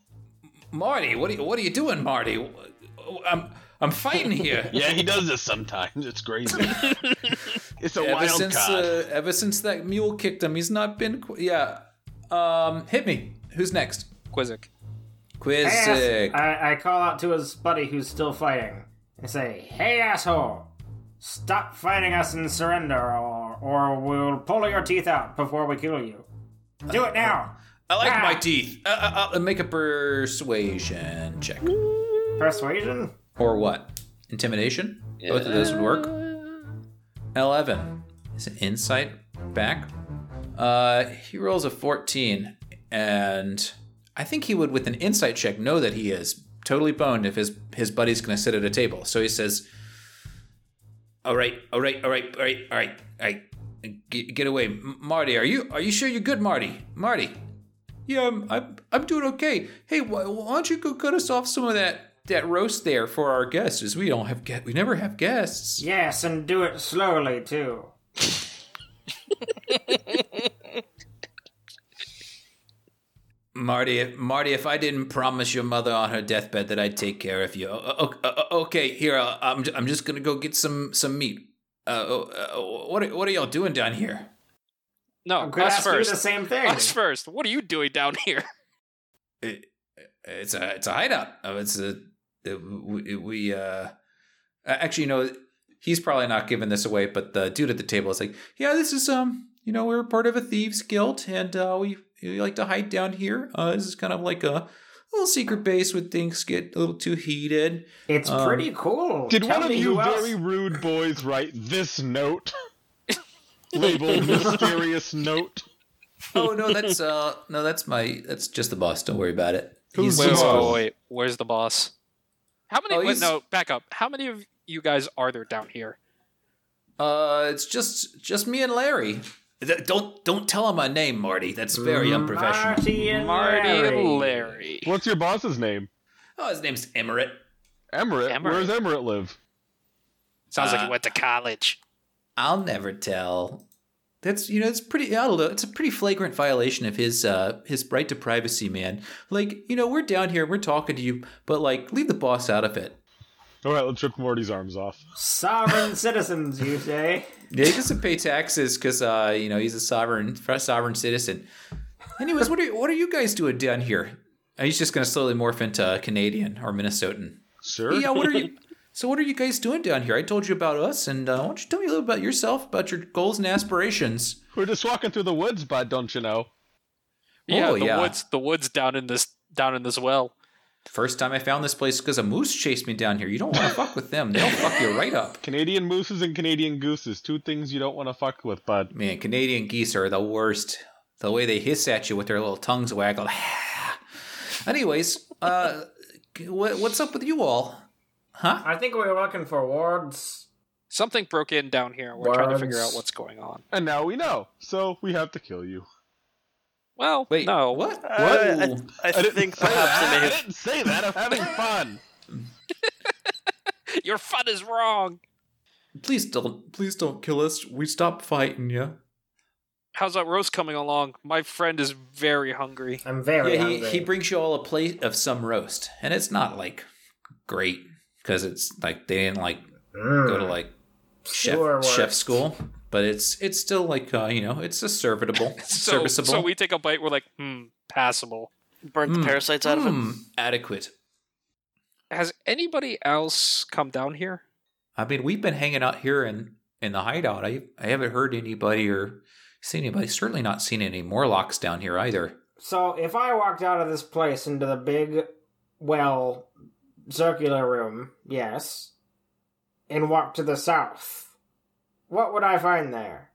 Marty, what are you, what are you doing, Marty? I'm I'm fighting here. Yeah, he does this sometimes. It's crazy. it's a Ever wild since card. uh, ever since that mule kicked him, he's not been. Qu- yeah. Um, hit me. Who's next? Quizzic. Quizzic. I, I call out to his buddy who's still fighting and say, Hey, asshole! Stop fighting us and surrender, or, or we'll pull your teeth out before we kill you. Do it now! I like my teeth. Uh, uh, uh, make a persuasion check. Persuasion? Or what? Intimidation? Both of those would work. 11. Is it insight back? Uh, he rolls a 14, and I think he would, with an insight check, know that he is totally boned if his, his buddy's going to sit at a table. So he says, All right, all right, all right, all right, all right, all right. Get, get away, M- Marty. Are you are you sure you're good, Marty? Marty, yeah, I'm, I'm, I'm doing okay. Hey, why, why don't you go cut us off some of that, that roast there for our guests? As we don't have guests, we never have guests. Yes, and do it slowly, too. Marty, Marty, if I didn't promise your mother on her deathbed that I'd take care of you, o- o- o- okay, here I'll- I'm, j- I'm just gonna go get some some meat. Uh, uh, what are, what are y'all doing down here? No, Oh, I'm gonna us ask you first. the same thing. Us first. What are you doing down here? It, it's a it's a hideout. Uh, It's a it- we, we uh actually you know he's probably not giving this away, but the dude at the table is like, yeah, this is um you know we're part of a thieves guild and uh, we we like to hide down here. Uh, this is kind of like a little secret base when things get a little too heated. It's Um, pretty cool. Did Tell one of me you who else- very rude boys write this note? Labeled mysterious note. oh no, that's uh no, that's my that's just the boss. Don't worry about it. He's, Wait, wait, he's- wait, wait, wait. Where's the boss? How many? Oh, wait, he's- no, back up. How many of you guys are there down here? uh, it's just just me and Larry. Th- Don't don't tell him my name, Marty. That's very unprofessional. Marty and Marty Larry. and Larry. What's your boss's name? Oh, his name's Emirate. Emirate. Emirate. Where does Emirate live? Sounds like Uh, he went to college. I'll never tell. That's you know it's pretty I don't know, it's a pretty flagrant violation of his uh his right to privacy, man. Like you know we're down here, we're talking to you, but like leave the boss out of it. All right, let's rip Morty's arms off. Sovereign citizens, you say? Yeah, he doesn't pay taxes because uh you know he's a sovereign sovereign citizen. Anyways, what are you, what are you guys doing down here? And he's just gonna slowly morph into Canadian or Minnesotan. Sure. Yeah, what are you? So what are you guys doing down here? I told you about us, and uh, why don't you tell me a little about yourself, about your goals and aspirations? We're just walking through the woods, bud, don't you know? Yeah, oh, the yeah. woods. The woods down in this down in this well. First time I found this place because a moose chased me down here. You don't want to fuck with them; they'll fuck you right up. Canadian mooses and Canadian gooses. Two things you don't want to fuck with, bud. Man, Canadian geese are the worst. The way they hiss at you with their little tongues waggle. Anyways, uh, what, what's up with you all? I think we were looking for wards. Something broke in down here. We're trying to figure out Words. what's going on. And now we know. So we have to kill you. Well, Wait, no. what? What? Uh, I, I didn't think say perhaps they that. may I have. didn't say that. I'm having fun. Your fun is wrong. please don't, please don't kill us. We stop fighting you. How's that roast coming along? My friend is very hungry. I'm very Yeah, he, hungry. he brings you all a plate of some roast, and it's not like great Mm. because it's like they didn't like go to like chef Sure works. chef school, but it's it's still like uh, you know it's a serviceable, So, serviceable, So we take a bite. We're like, hmm, passable. Burnt the parasites out of it. Hmm, adequate. Has anybody else come down here? I mean, we've been hanging out here in in the hideout. I I haven't heard anybody or seen anybody. Certainly not seen any Morlocks down here either. So if I walked out of this place into the big, well, circular room, yes, and walked to the south, what would I find there?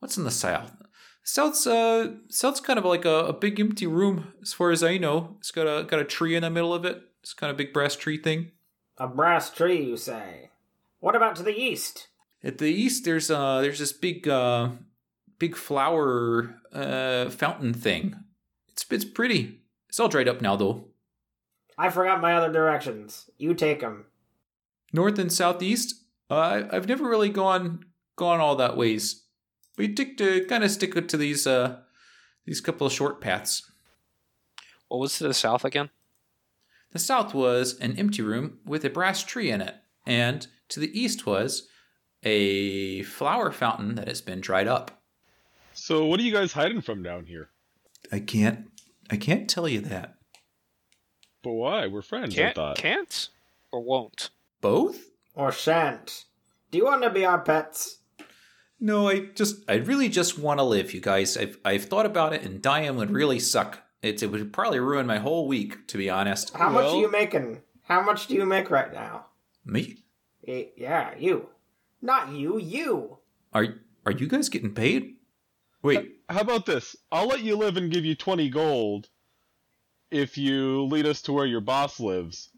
What's in the south? South's uh south's kind of like a, a big empty room as far as I know. It's got a got a tree in the middle of it. It's kind of big brass tree thing. A brass tree, you say? What about to the east? At the east, there's uh there's this big uh big flower uh fountain thing. It's it's pretty. It's all dried up now though. I forgot my other directions. You take them. north and southeast. Uh, I- I've never really gone gone all that ways. We stick to kind of stick to these uh these couple of short paths. What was to the south again? The south was an empty room with a brass tree in it, and to the east was a flower fountain that has been dried up. So what are you guys hiding from down here? I can't I can't tell you that. But why? We're friends, I Can't, thought. can't, or won't. Both? Or shan't. Do you want to be our pets? No, I just I really just want to live, you guys. I've I've thought about it and dying would really suck. It, it would probably ruin my whole week, to be honest. How much Well- are you making? How much do you make right now? Me? Y- yeah, you. Not you, you. Are are you guys getting paid? Wait, How about this? I'll let you live and give you 20 gold if you lead us to where your boss lives.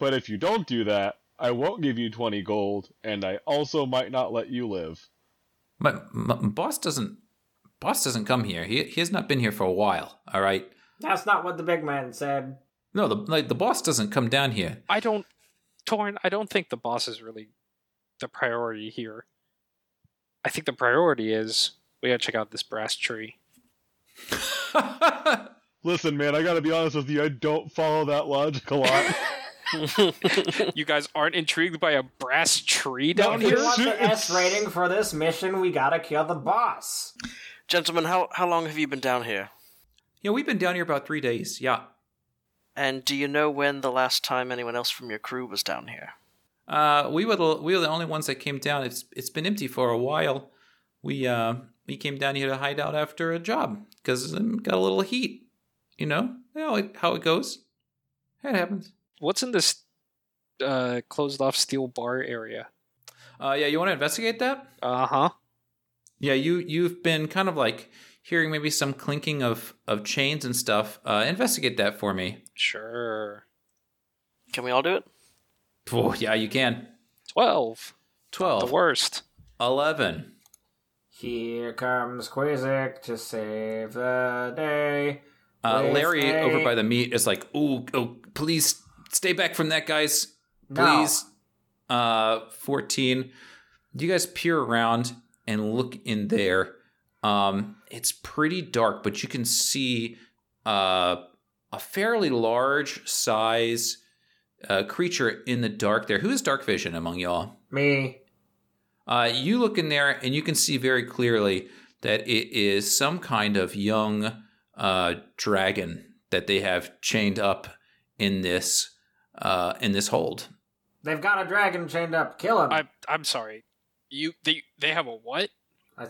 But if you don't do that, I won't give you 20 gold, and I also might not let you live. my, my boss doesn't boss doesn't come here. He he has not been here for a while. All right. That's not what the big man said. No, the like the boss doesn't come down here. I don't, Torn. I don't think the boss is really the priority here. I think the priority is we gotta check out this brass tree. Listen, man, I gotta be honest with you, I don't follow that logic a lot. you guys aren't intrigued by a brass tree No, down If it's- here? you want the It's- S rating for this mission, we gotta kill the boss. Gentlemen, how, how long have you been down here? yeah, we've been down here about three days. Yeah. And do you know when the last time anyone else from your crew was down here? Uh, we were the, we were the only ones that came down. It's it's been empty for a while. We uh we came down here to hide out after a job because got a little heat. You know, you know like how it goes. It happens. What's in this uh, closed off steel bar area? Uh, yeah, you want to investigate that? Uh huh. Yeah, you you've been kind of like hearing maybe some clinking of of chains and stuff. Uh, investigate that for me. Sure. Can we all do it? Oh yeah, you can. Twelve. The 12, worst. 11. Here comes Quasic to save the day. Uh, Wait, Larry wait. over by the meat is like, ooh, oh, please stay back from that, guys. No. Please. Uh, 14. You guys peer around and look in there. Um, it's pretty dark, but you can see uh, a fairly large size uh, creature in the dark there. Who is dark vision among y'all? Me. Uh, you look in there and you can see very clearly that it is some kind of young uh, dragon that they have chained up in this uh, in this hold. They've got a dragon chained up. Kill him. I'm I, I'm sorry. You they they have a what?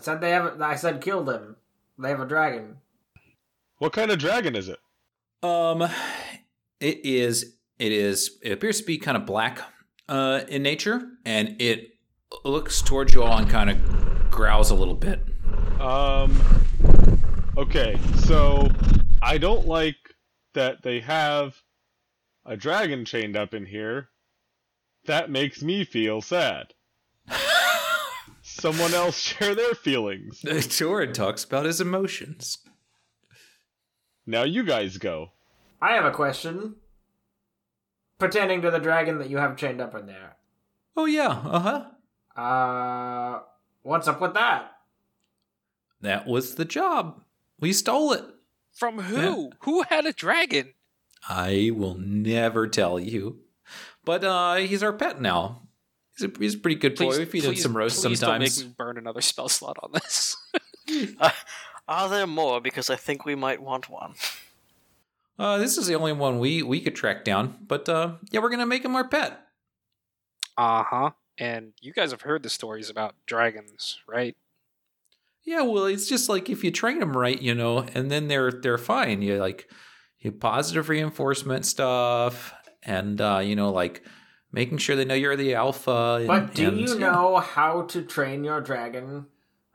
said they have. I said kill them. They have a dragon. what kind of dragon is it? Um, it is it is it appears to be kind of black uh, in nature, and it looks towards you all and kind of growls a little bit. Um. Okay, so I don't like that they have a dragon chained up in here. That makes me feel sad. Someone else share their feelings. Torin talks about his emotions. Now you guys go. I have a question. Pretending to the dragon that you have chained up in there. Oh yeah, uh huh. Uh, what's up with that? That was the job. We stole it. From who? Who had a dragon? I will never tell you. But uh, he's our pet now. He's a, he's a pretty good boy. Please, we feed him please- some roast please don't sometimes. make me burn another spell slot on this. Are there more? Because I think we might want one. Uh, this is the only one we we could track down. But uh, yeah, we're gonna make him our pet. uh huh. And you guys have heard the stories about dragons, right? Yeah, well, it's just like if you train them right, you know, and then they're they're fine. You like you positive reinforcement stuff, and uh, you know, like making sure they know you're the alpha. And, But do and- you yeah. know how to train your dragon?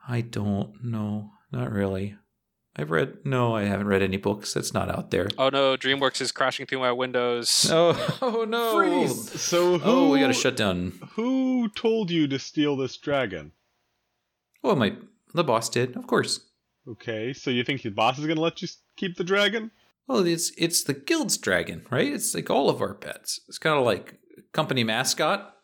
I don't know. Not really. I've read no, I haven't read any books. That's not out there. Oh no, DreamWorks is crashing through my windows. Oh, oh no! Freeze! So who? Oh, we got a shutdown. Who told you to steal this dragon? Oh, my the boss did, of course. Okay, so you think your boss is gonna let you s- keep the dragon? Well, it's it's the guild's dragon, right? It's like all of our pets. It's kind of like company mascot.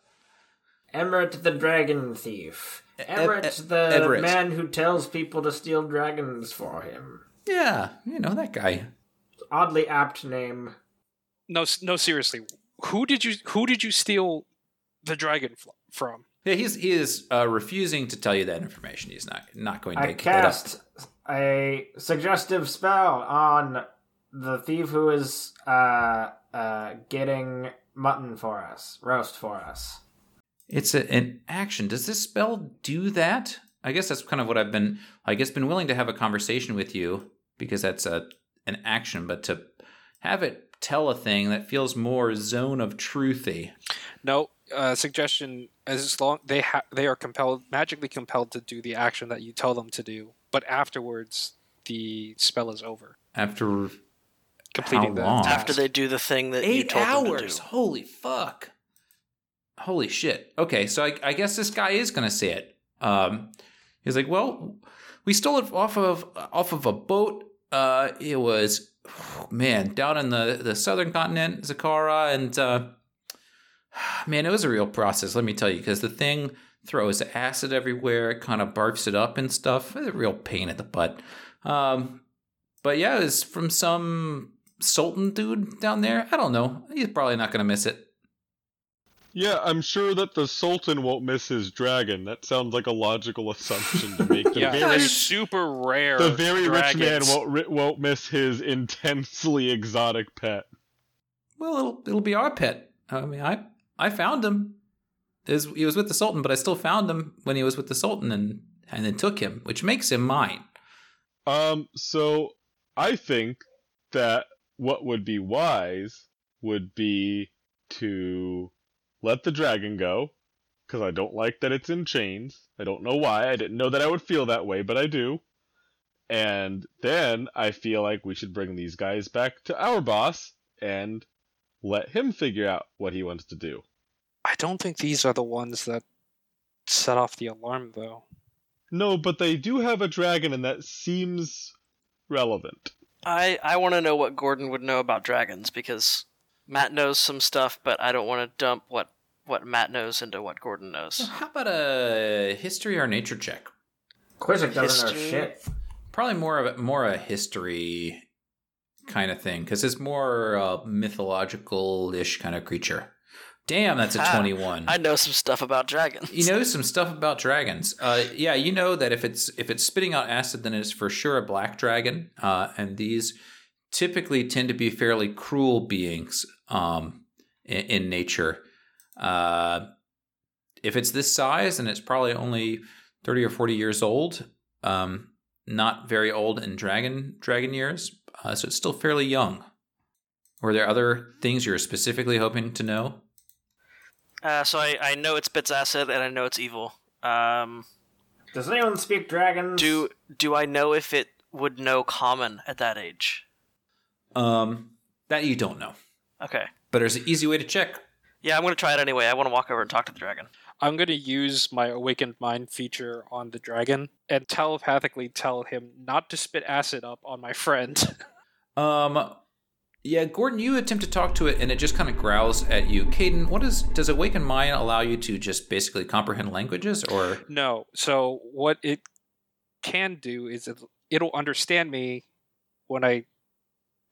Emmerich the dragon thief. E- Emmerich E- the Everett. man who tells people to steal dragons for him. Yeah, you know that guy. Oddly apt name. No, s- no, seriously. Who did you who did you steal the dragon fl- from? Yeah, he's he is uh, refusing to tell you that information. He's not not going to I get that up. cast a suggestive spell on the thief who is uh, uh, getting mutton for us, roast for us. It's a, an action. Does this spell do that? I guess that's kind of what I've been. I guess been willing to have a conversation with you because that's a an action, but to have it tell a thing that feels more zone of truthy. No uh, suggestion. As long they ha- they are compelled, magically compelled to do the action that you tell them to do, but afterwards the spell is over. After Completing the long? task. After they do the thing that you eight told them to hours, do. holy fuck, holy shit. Okay, so I, I guess this guy is gonna say it. Um, he's like, well, we stole it off of off of a boat. Uh, it was man down in the the southern continent, Zakara, and uh, man, it was a real process. Let me tell you, because the thing throws acid everywhere, it kind of barfs it up and stuff. A real pain at the butt. Um, but yeah, it was from some Sultan dude down there. I don't know. He's probably not gonna miss it. Yeah, I'm sure that the Sultan won't miss his dragon. That sounds like a logical assumption to make. The yeah, very, they're super rare. the very rich man dragons. won't ri- won't miss his intensely exotic pet. Well, it'll it'll be our pet. I mean, I I found him. It was, he was with the Sultan, but I still found him when he was with the Sultan, and and then took him, which makes him mine. Um, so I think that what would be wise would be to let the dragon go, because I don't like that it's in chains. I don't know why. I didn't know that I would feel that way, but I do. And then I feel like we should bring these guys back to our boss and let him figure out what he wants to do. I don't think these are the ones that set off the alarm, though. No, but they do have a dragon, and that seems relevant. I, I want to know what Gordon would know about dragons because Matt knows some stuff, but I don't want to dump what, what Matt knows into what Gordon So knows. how about a history or nature check? Quizzic doesn't History. know shit. Probably more of a, more a history kind of thing, because it's more uh, mythological ish kind of creature. Damn, that's a Ah, twenty one. I know some stuff about dragons. You know some stuff about dragons. Uh, yeah, you know that if it's if it's spitting out acid, then it's for sure a black dragon. Uh, and these typically tend to be fairly cruel beings um, in, in nature. Uh, if it's this size and it's probably only thirty or forty years old, um, not very old in dragon dragon years, uh, so it's still fairly young. Were there other things you were specifically hoping to know? Uh, so I, I know it spits acid and I know it's evil. Um, Does anyone speak dragons? do do I know if it would know common at that age? Um, that you don't know. Okay. But there's an easy way to check. Yeah, I'm gonna try it anyway. I want to walk over and talk to the dragon. I'm going to use my awakened mind feature on the dragon and telepathically tell him not to spit acid up on my friend. Um, yeah, Gordon, you attempt to talk to it, and it just kind of growls at you. Caden, what is does Awaken Mind allow you to just basically comprehend languages, or no. So what it can do is it, it'll understand me when I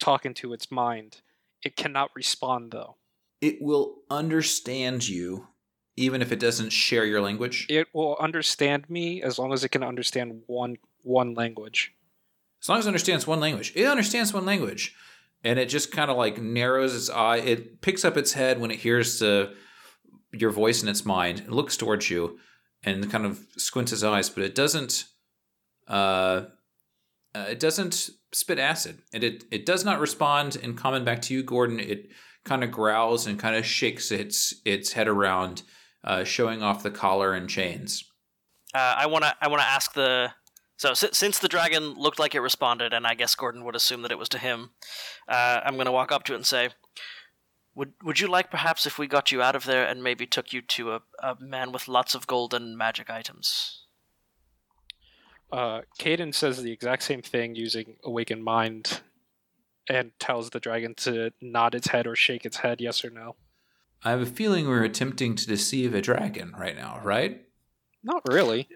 talk into its mind. It cannot respond though. it will understand you even if it doesn't share your language? It will understand me as long as it can understand one one language. As long as it understands one language, it understands one language, and it just kind of like narrows its eye. It picks up its head when it hears the your voice in its mind. It looks towards you and kind of squints its eyes, but it doesn't. Uh, uh, it doesn't spit acid, and it it does not respond in common back to you, Gordon. It kind of growls and kind of shakes its its head around, uh, showing off the collar and chains. Uh, I wanna I wanna ask the so si- since the dragon looked like it responded, and I guess Gordon would assume that it was to him, uh, I'm gonna walk up to it and say, "Would would you like perhaps if we got you out of there and maybe took you to a, a man with lots of gold and magic items?" Uh, Caden says the exact same thing using awakened mind, and tells the dragon to nod its head or shake its head, yes or no. I have a feeling we're attempting to deceive a dragon right now, right? Not really.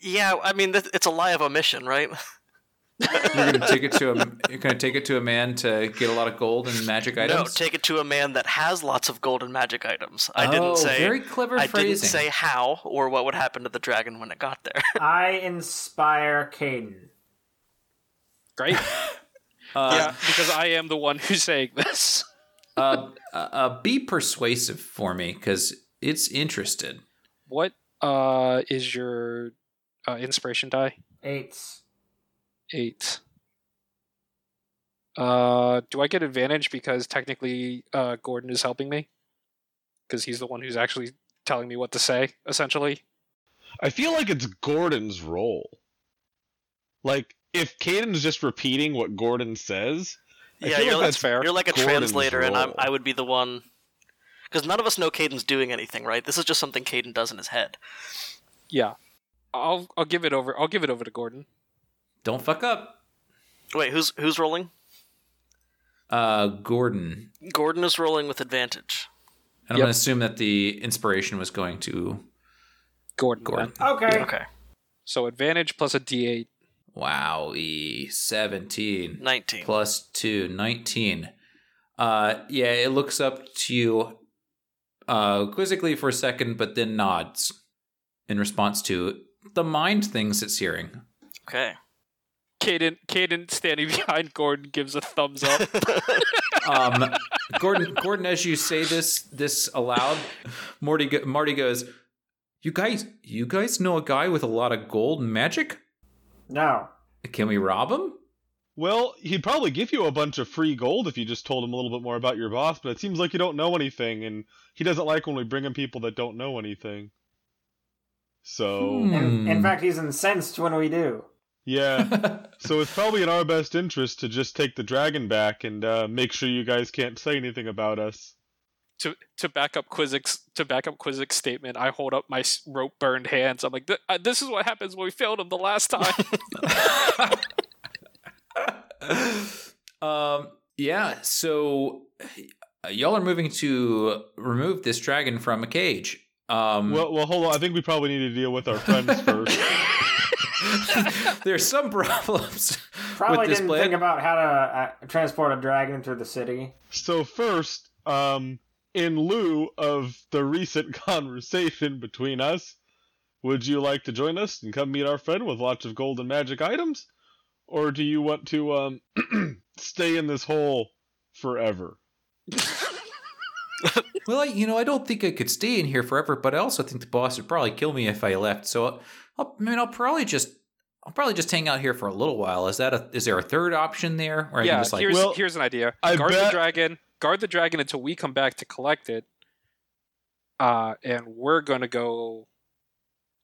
Yeah, I mean th- it's a lie of omission, right? You're gonna take it to a you're gonna take it to a man to get a lot of gold and magic items. No, take it to a man that has lots of gold and magic items. I didn't Oh, say very clever I didn't phrasing. say how or what would happen to the dragon when it got there. I inspire Caden. Great. Uh, yeah, because I am the one who's saying this. uh, uh, uh, be persuasive for me because it's interested. What uh, is your uh, inspiration die? Eights. Eight. Uh, do I get advantage because technically uh, Gordon is helping me? Because he's the one who's actually telling me what to say, essentially. I feel like it's Gordon's role. Like, if Caden's just repeating what Gordon says, I yeah, feel you're like like, that's fair. You're like a Gordon's translator, and I'm, role. I would be the one because none of us know Caden's doing anything, right? This is just something Caden does in his head. Yeah, I'll I'll give it over. I'll give it over to Gordon. Don't fuck up, Wait, who's who's rolling? uh, Gordon. Gordon is rolling with advantage. And I'm Yep. gonna assume that the inspiration was going to Gordon. Gordon. then. Okay. Okay, So advantage plus a D8. Wow, e seventeen. nineteen. plus two, 19. Uh, yeah, it looks up to you uh, quizzically for a second, but then nods in response to the mind things it's hearing. Okay. Caden, Caden standing behind Gordon gives a thumbs up. Um, Gordon, Gordon, as you say this this aloud, Morty go- Marty goes, "You guys, you guys know a guy with a lot of gold and magic? No. Can we rob him?" Well, he'd probably give you a bunch of free gold if you just told him a little bit more about your boss, but it seems like you don't know anything, and he doesn't like when we bring him people that don't know anything. So, In, in Hmm. fact, he's incensed when we do. yeah. so it's probably in our best interest to just take the dragon back and uh, make sure you guys can't say anything about us. to to back up Quizzic's to back up Quizzic's statement, I hold up my rope burned hands. I'm like, "Th- uh, this is what happens when we failed him the last time. um, yeah, so uh, y'all are moving to remove this dragon from a cage. Um, Well, well, hold on. I think we probably need to deal with our friends first. there's some problems Probably with this didn't plan. think about how to uh, transport a dragon through the city. So first, um, in lieu of the recent conversation between us, would you like to join us and come meet our friend with lots of gold and magic items, or do you want to um, stay in this hole forever? well, I, you know, I don't think I could stay in here forever, but I also think the boss would probably kill me if I left. So, I'll, I'll, I mean, I'll probably just. I'll probably just hang out here for a little while. Is that a is there a third option there where I can yeah, just like here's Well, here's an idea. I guard the bet- dragon, guard the dragon until we come back to collect it. Uh, and we're gonna go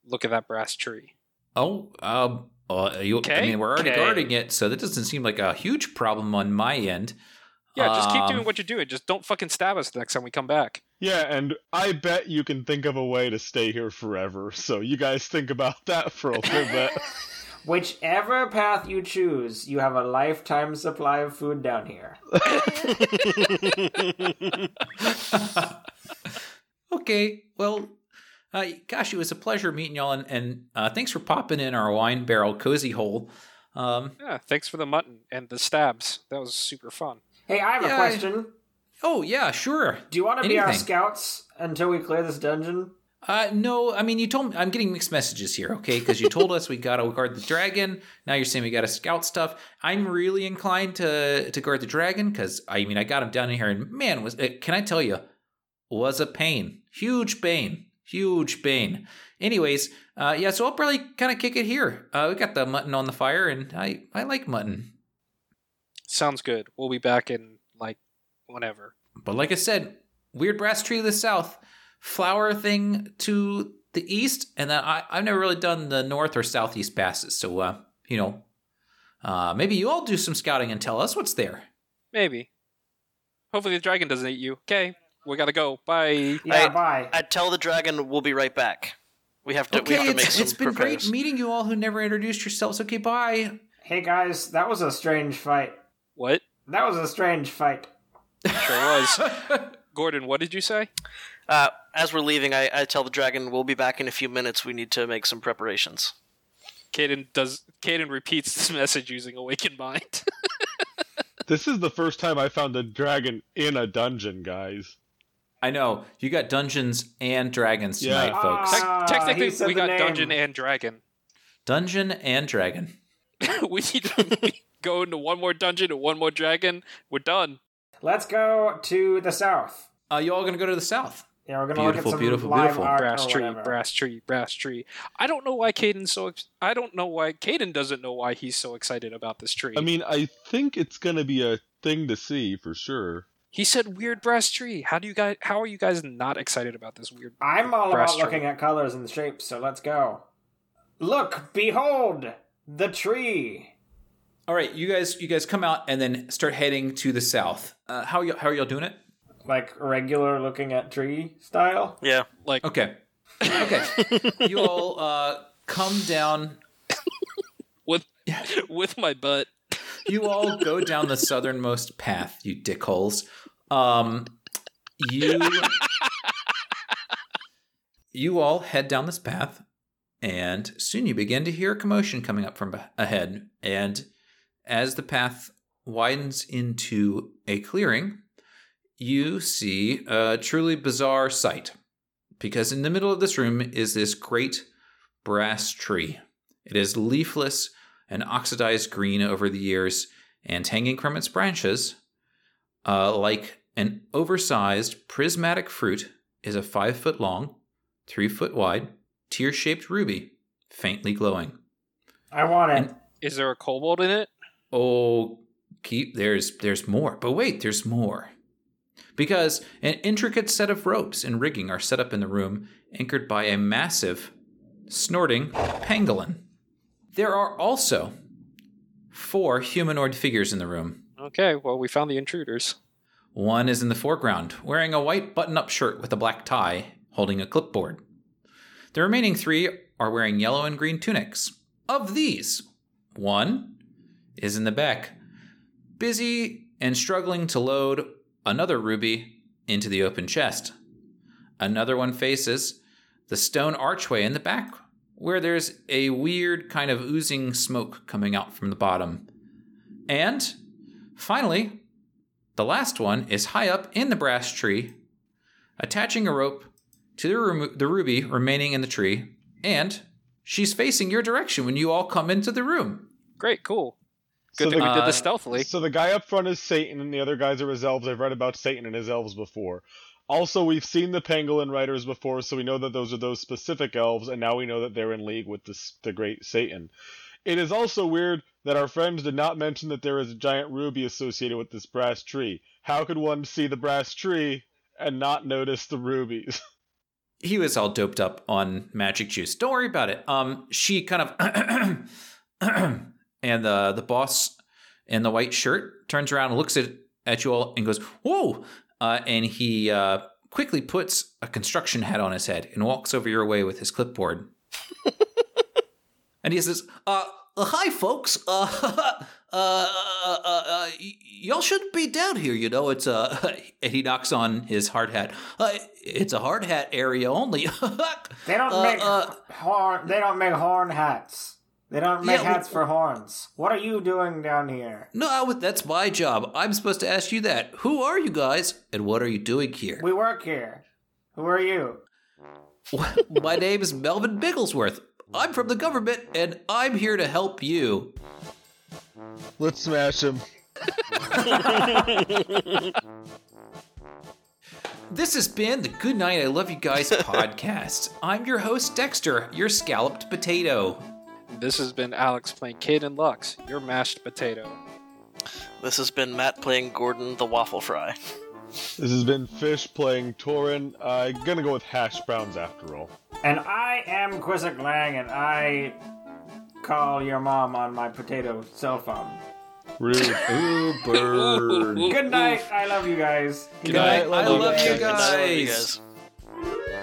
look at that brass tree. Oh, um, uh, you, I Okay, mean, we're already okay. guarding it, so that doesn't seem like a huge problem on my end. Yeah, just keep Um, doing what you're doing. Just don't fucking stab us the next time we come back. Yeah, and I bet you can think of a way to stay here forever. So you guys think about that for a little bit. Whichever path you choose, you have a lifetime supply of food down here. Okay, well, uh, gosh, it was a pleasure meeting y'all, and, and uh, thanks for popping in our wine barrel cozy hole. Um, Yeah, thanks for the mutton and the stabs. That was super fun. Hey, I have Yeah, a I- question. oh yeah, sure. Do you want to be our Anything. scouts until we clear this dungeon? Uh, no, I mean you told me I'm getting mixed messages here, okay? Because you told us we gotta guard the dragon. Now you're saying we gotta scout stuff. I'm really inclined to to guard the dragon because I mean I got him down in here and man was uh, can I tell you was a pain, huge pain, huge pain. Anyways, uh, yeah, so I'll probably kind of kick it here. Uh, we got the mutton on the fire and I I like mutton, Sounds good. We'll be back in like whenever. but like I said, weird brass tree to the south, flower thing to the east, and then I, I've never really done the north or southeast passes. So, uh, you know, uh, maybe you all do some scouting and tell us what's there. Maybe. Hopefully the dragon doesn't eat you. Okay, we gotta go. Bye. Yeah, I- bye. I tell the dragon we'll be right back. We have to. we Okay, have to make it's, some it's been repairs. great meeting you all who never introduced yourselves. Okay, bye. Hey guys, that was a strange fight. What? That was a strange fight. Sure was. Gordon, what did you say? Uh, as we're leaving, I, I tell the dragon we'll be back in a few minutes. We need to make some preparations. Caden does. Caden repeats this message using awakened mind. This is the first time I found a dragon in a dungeon, guys. I know you got dungeons and dragons Yeah. tonight, folks. Tec- Ah, he technically, said we the got name. dungeon and dragon. Dungeon and dragon. we need to go into one more dungeon and one more dragon. We're done. Let's go to the south. Uh, you all gonna go to the south? Yeah, we're gonna Beautiful, look at some beautiful, live beautiful. art Brass or tree, whatever. brass tree, brass tree. I don't know why Caden's so. Ex- I don't know why Caden doesn't know why he's so excited about this tree. I mean, I think it's gonna be a thing to see for sure. he said weird brass tree. How do you guys? How are you guys not excited about this weird? I'm all Brass about tree. looking at colors and shapes, so let's go. Look, behold, the tree. All right, you guys, you guys come out and then start heading to the south. Uh, how y- how are y'all doing it? Like regular looking at tree style. Yeah. Like Okay. Okay. you all uh, come down. with with my butt. You all go down the southernmost path, you dickholes. Um, you you all head down this path, and soon you begin to hear a commotion coming up from beh- ahead. And as the path widens into a clearing, you see a truly bizarre sight. Because in the middle of this room is this great brass tree. It is leafless and oxidized green over the years, and hanging from its branches, uh, like an oversized prismatic fruit, is a five foot long, three foot wide, tear shaped ruby, faintly glowing. I want it. And- Is there a kobold in it? Oh, keep there's there's more. But wait, there's more. Because an intricate set of ropes and rigging are set up in the room, anchored by a massive, snorting pangolin. There are also four humanoid figures in the room. Okay, well we found the intruders. One is in the foreground, wearing a white button up shirt with a black tie, holding a clipboard. The remaining three are wearing yellow and green tunics. Of these, one is in the back, busy and struggling to load another ruby into the open chest. Another one faces the stone archway in the back, where there's a weird kind of oozing smoke coming out from the bottom. And finally, the last one is high up in the brass tree, attaching a rope to the, remo- the ruby remaining in the tree, and she's facing your direction when you all come into the room. Great, cool. Good So thing we the- did uh, this stealthily. So the guy up front is Satan, and the other guys are his elves. I've read about Satan and his elves before. Also, we've seen the pangolin riders before, so we know that those are those specific elves, and now we know that they're in league with this, the great Satan. It is also weird that our friends did not mention that there is a giant ruby associated with this brass tree. How could one see the brass tree and not notice the rubies? He was all doped up on magic juice. Don't worry about it. Um, she kind of and the the boss in the white shirt turns around and looks at at you all and goes, "Whoa!" Uh, and he uh, quickly puts a construction hat on his head and walks over your way with his clipboard. and he says, uh, uh, "Hi, folks. Uh, uh, uh, uh, uh, y- y'all shouldn't be down here. You know, it's uh, and he knocks on his hard hat. Uh, it's a hard hat area only. They don't Uh, make uh, horn. They don't make horn hats. They don't make Yeah, hats for horns. What are you doing down here? no, I would- that's my job. I'm supposed to ask you that. Who are you guys, and what are you doing here? We work here. Who are you? My name is Melvin Bigglesworth. I'm from the government, and I'm here to help you. Let's smash him. This has been the Good Night I Love You Guys podcast. I'm your host, Dexter, your scalloped potato. This has been Alex playing Kid and Lux, your mashed potato. This has been Matt playing Gordon the Waffle Fry. This has been Fish playing Torin. I'm gonna go with hash browns after all. And I am Quizzic Lang, and I call your mom on my potato cell phone. Rude. Ooh, bird. Good night. I love you guys. Good night. I love love you you And I love you guys. guys.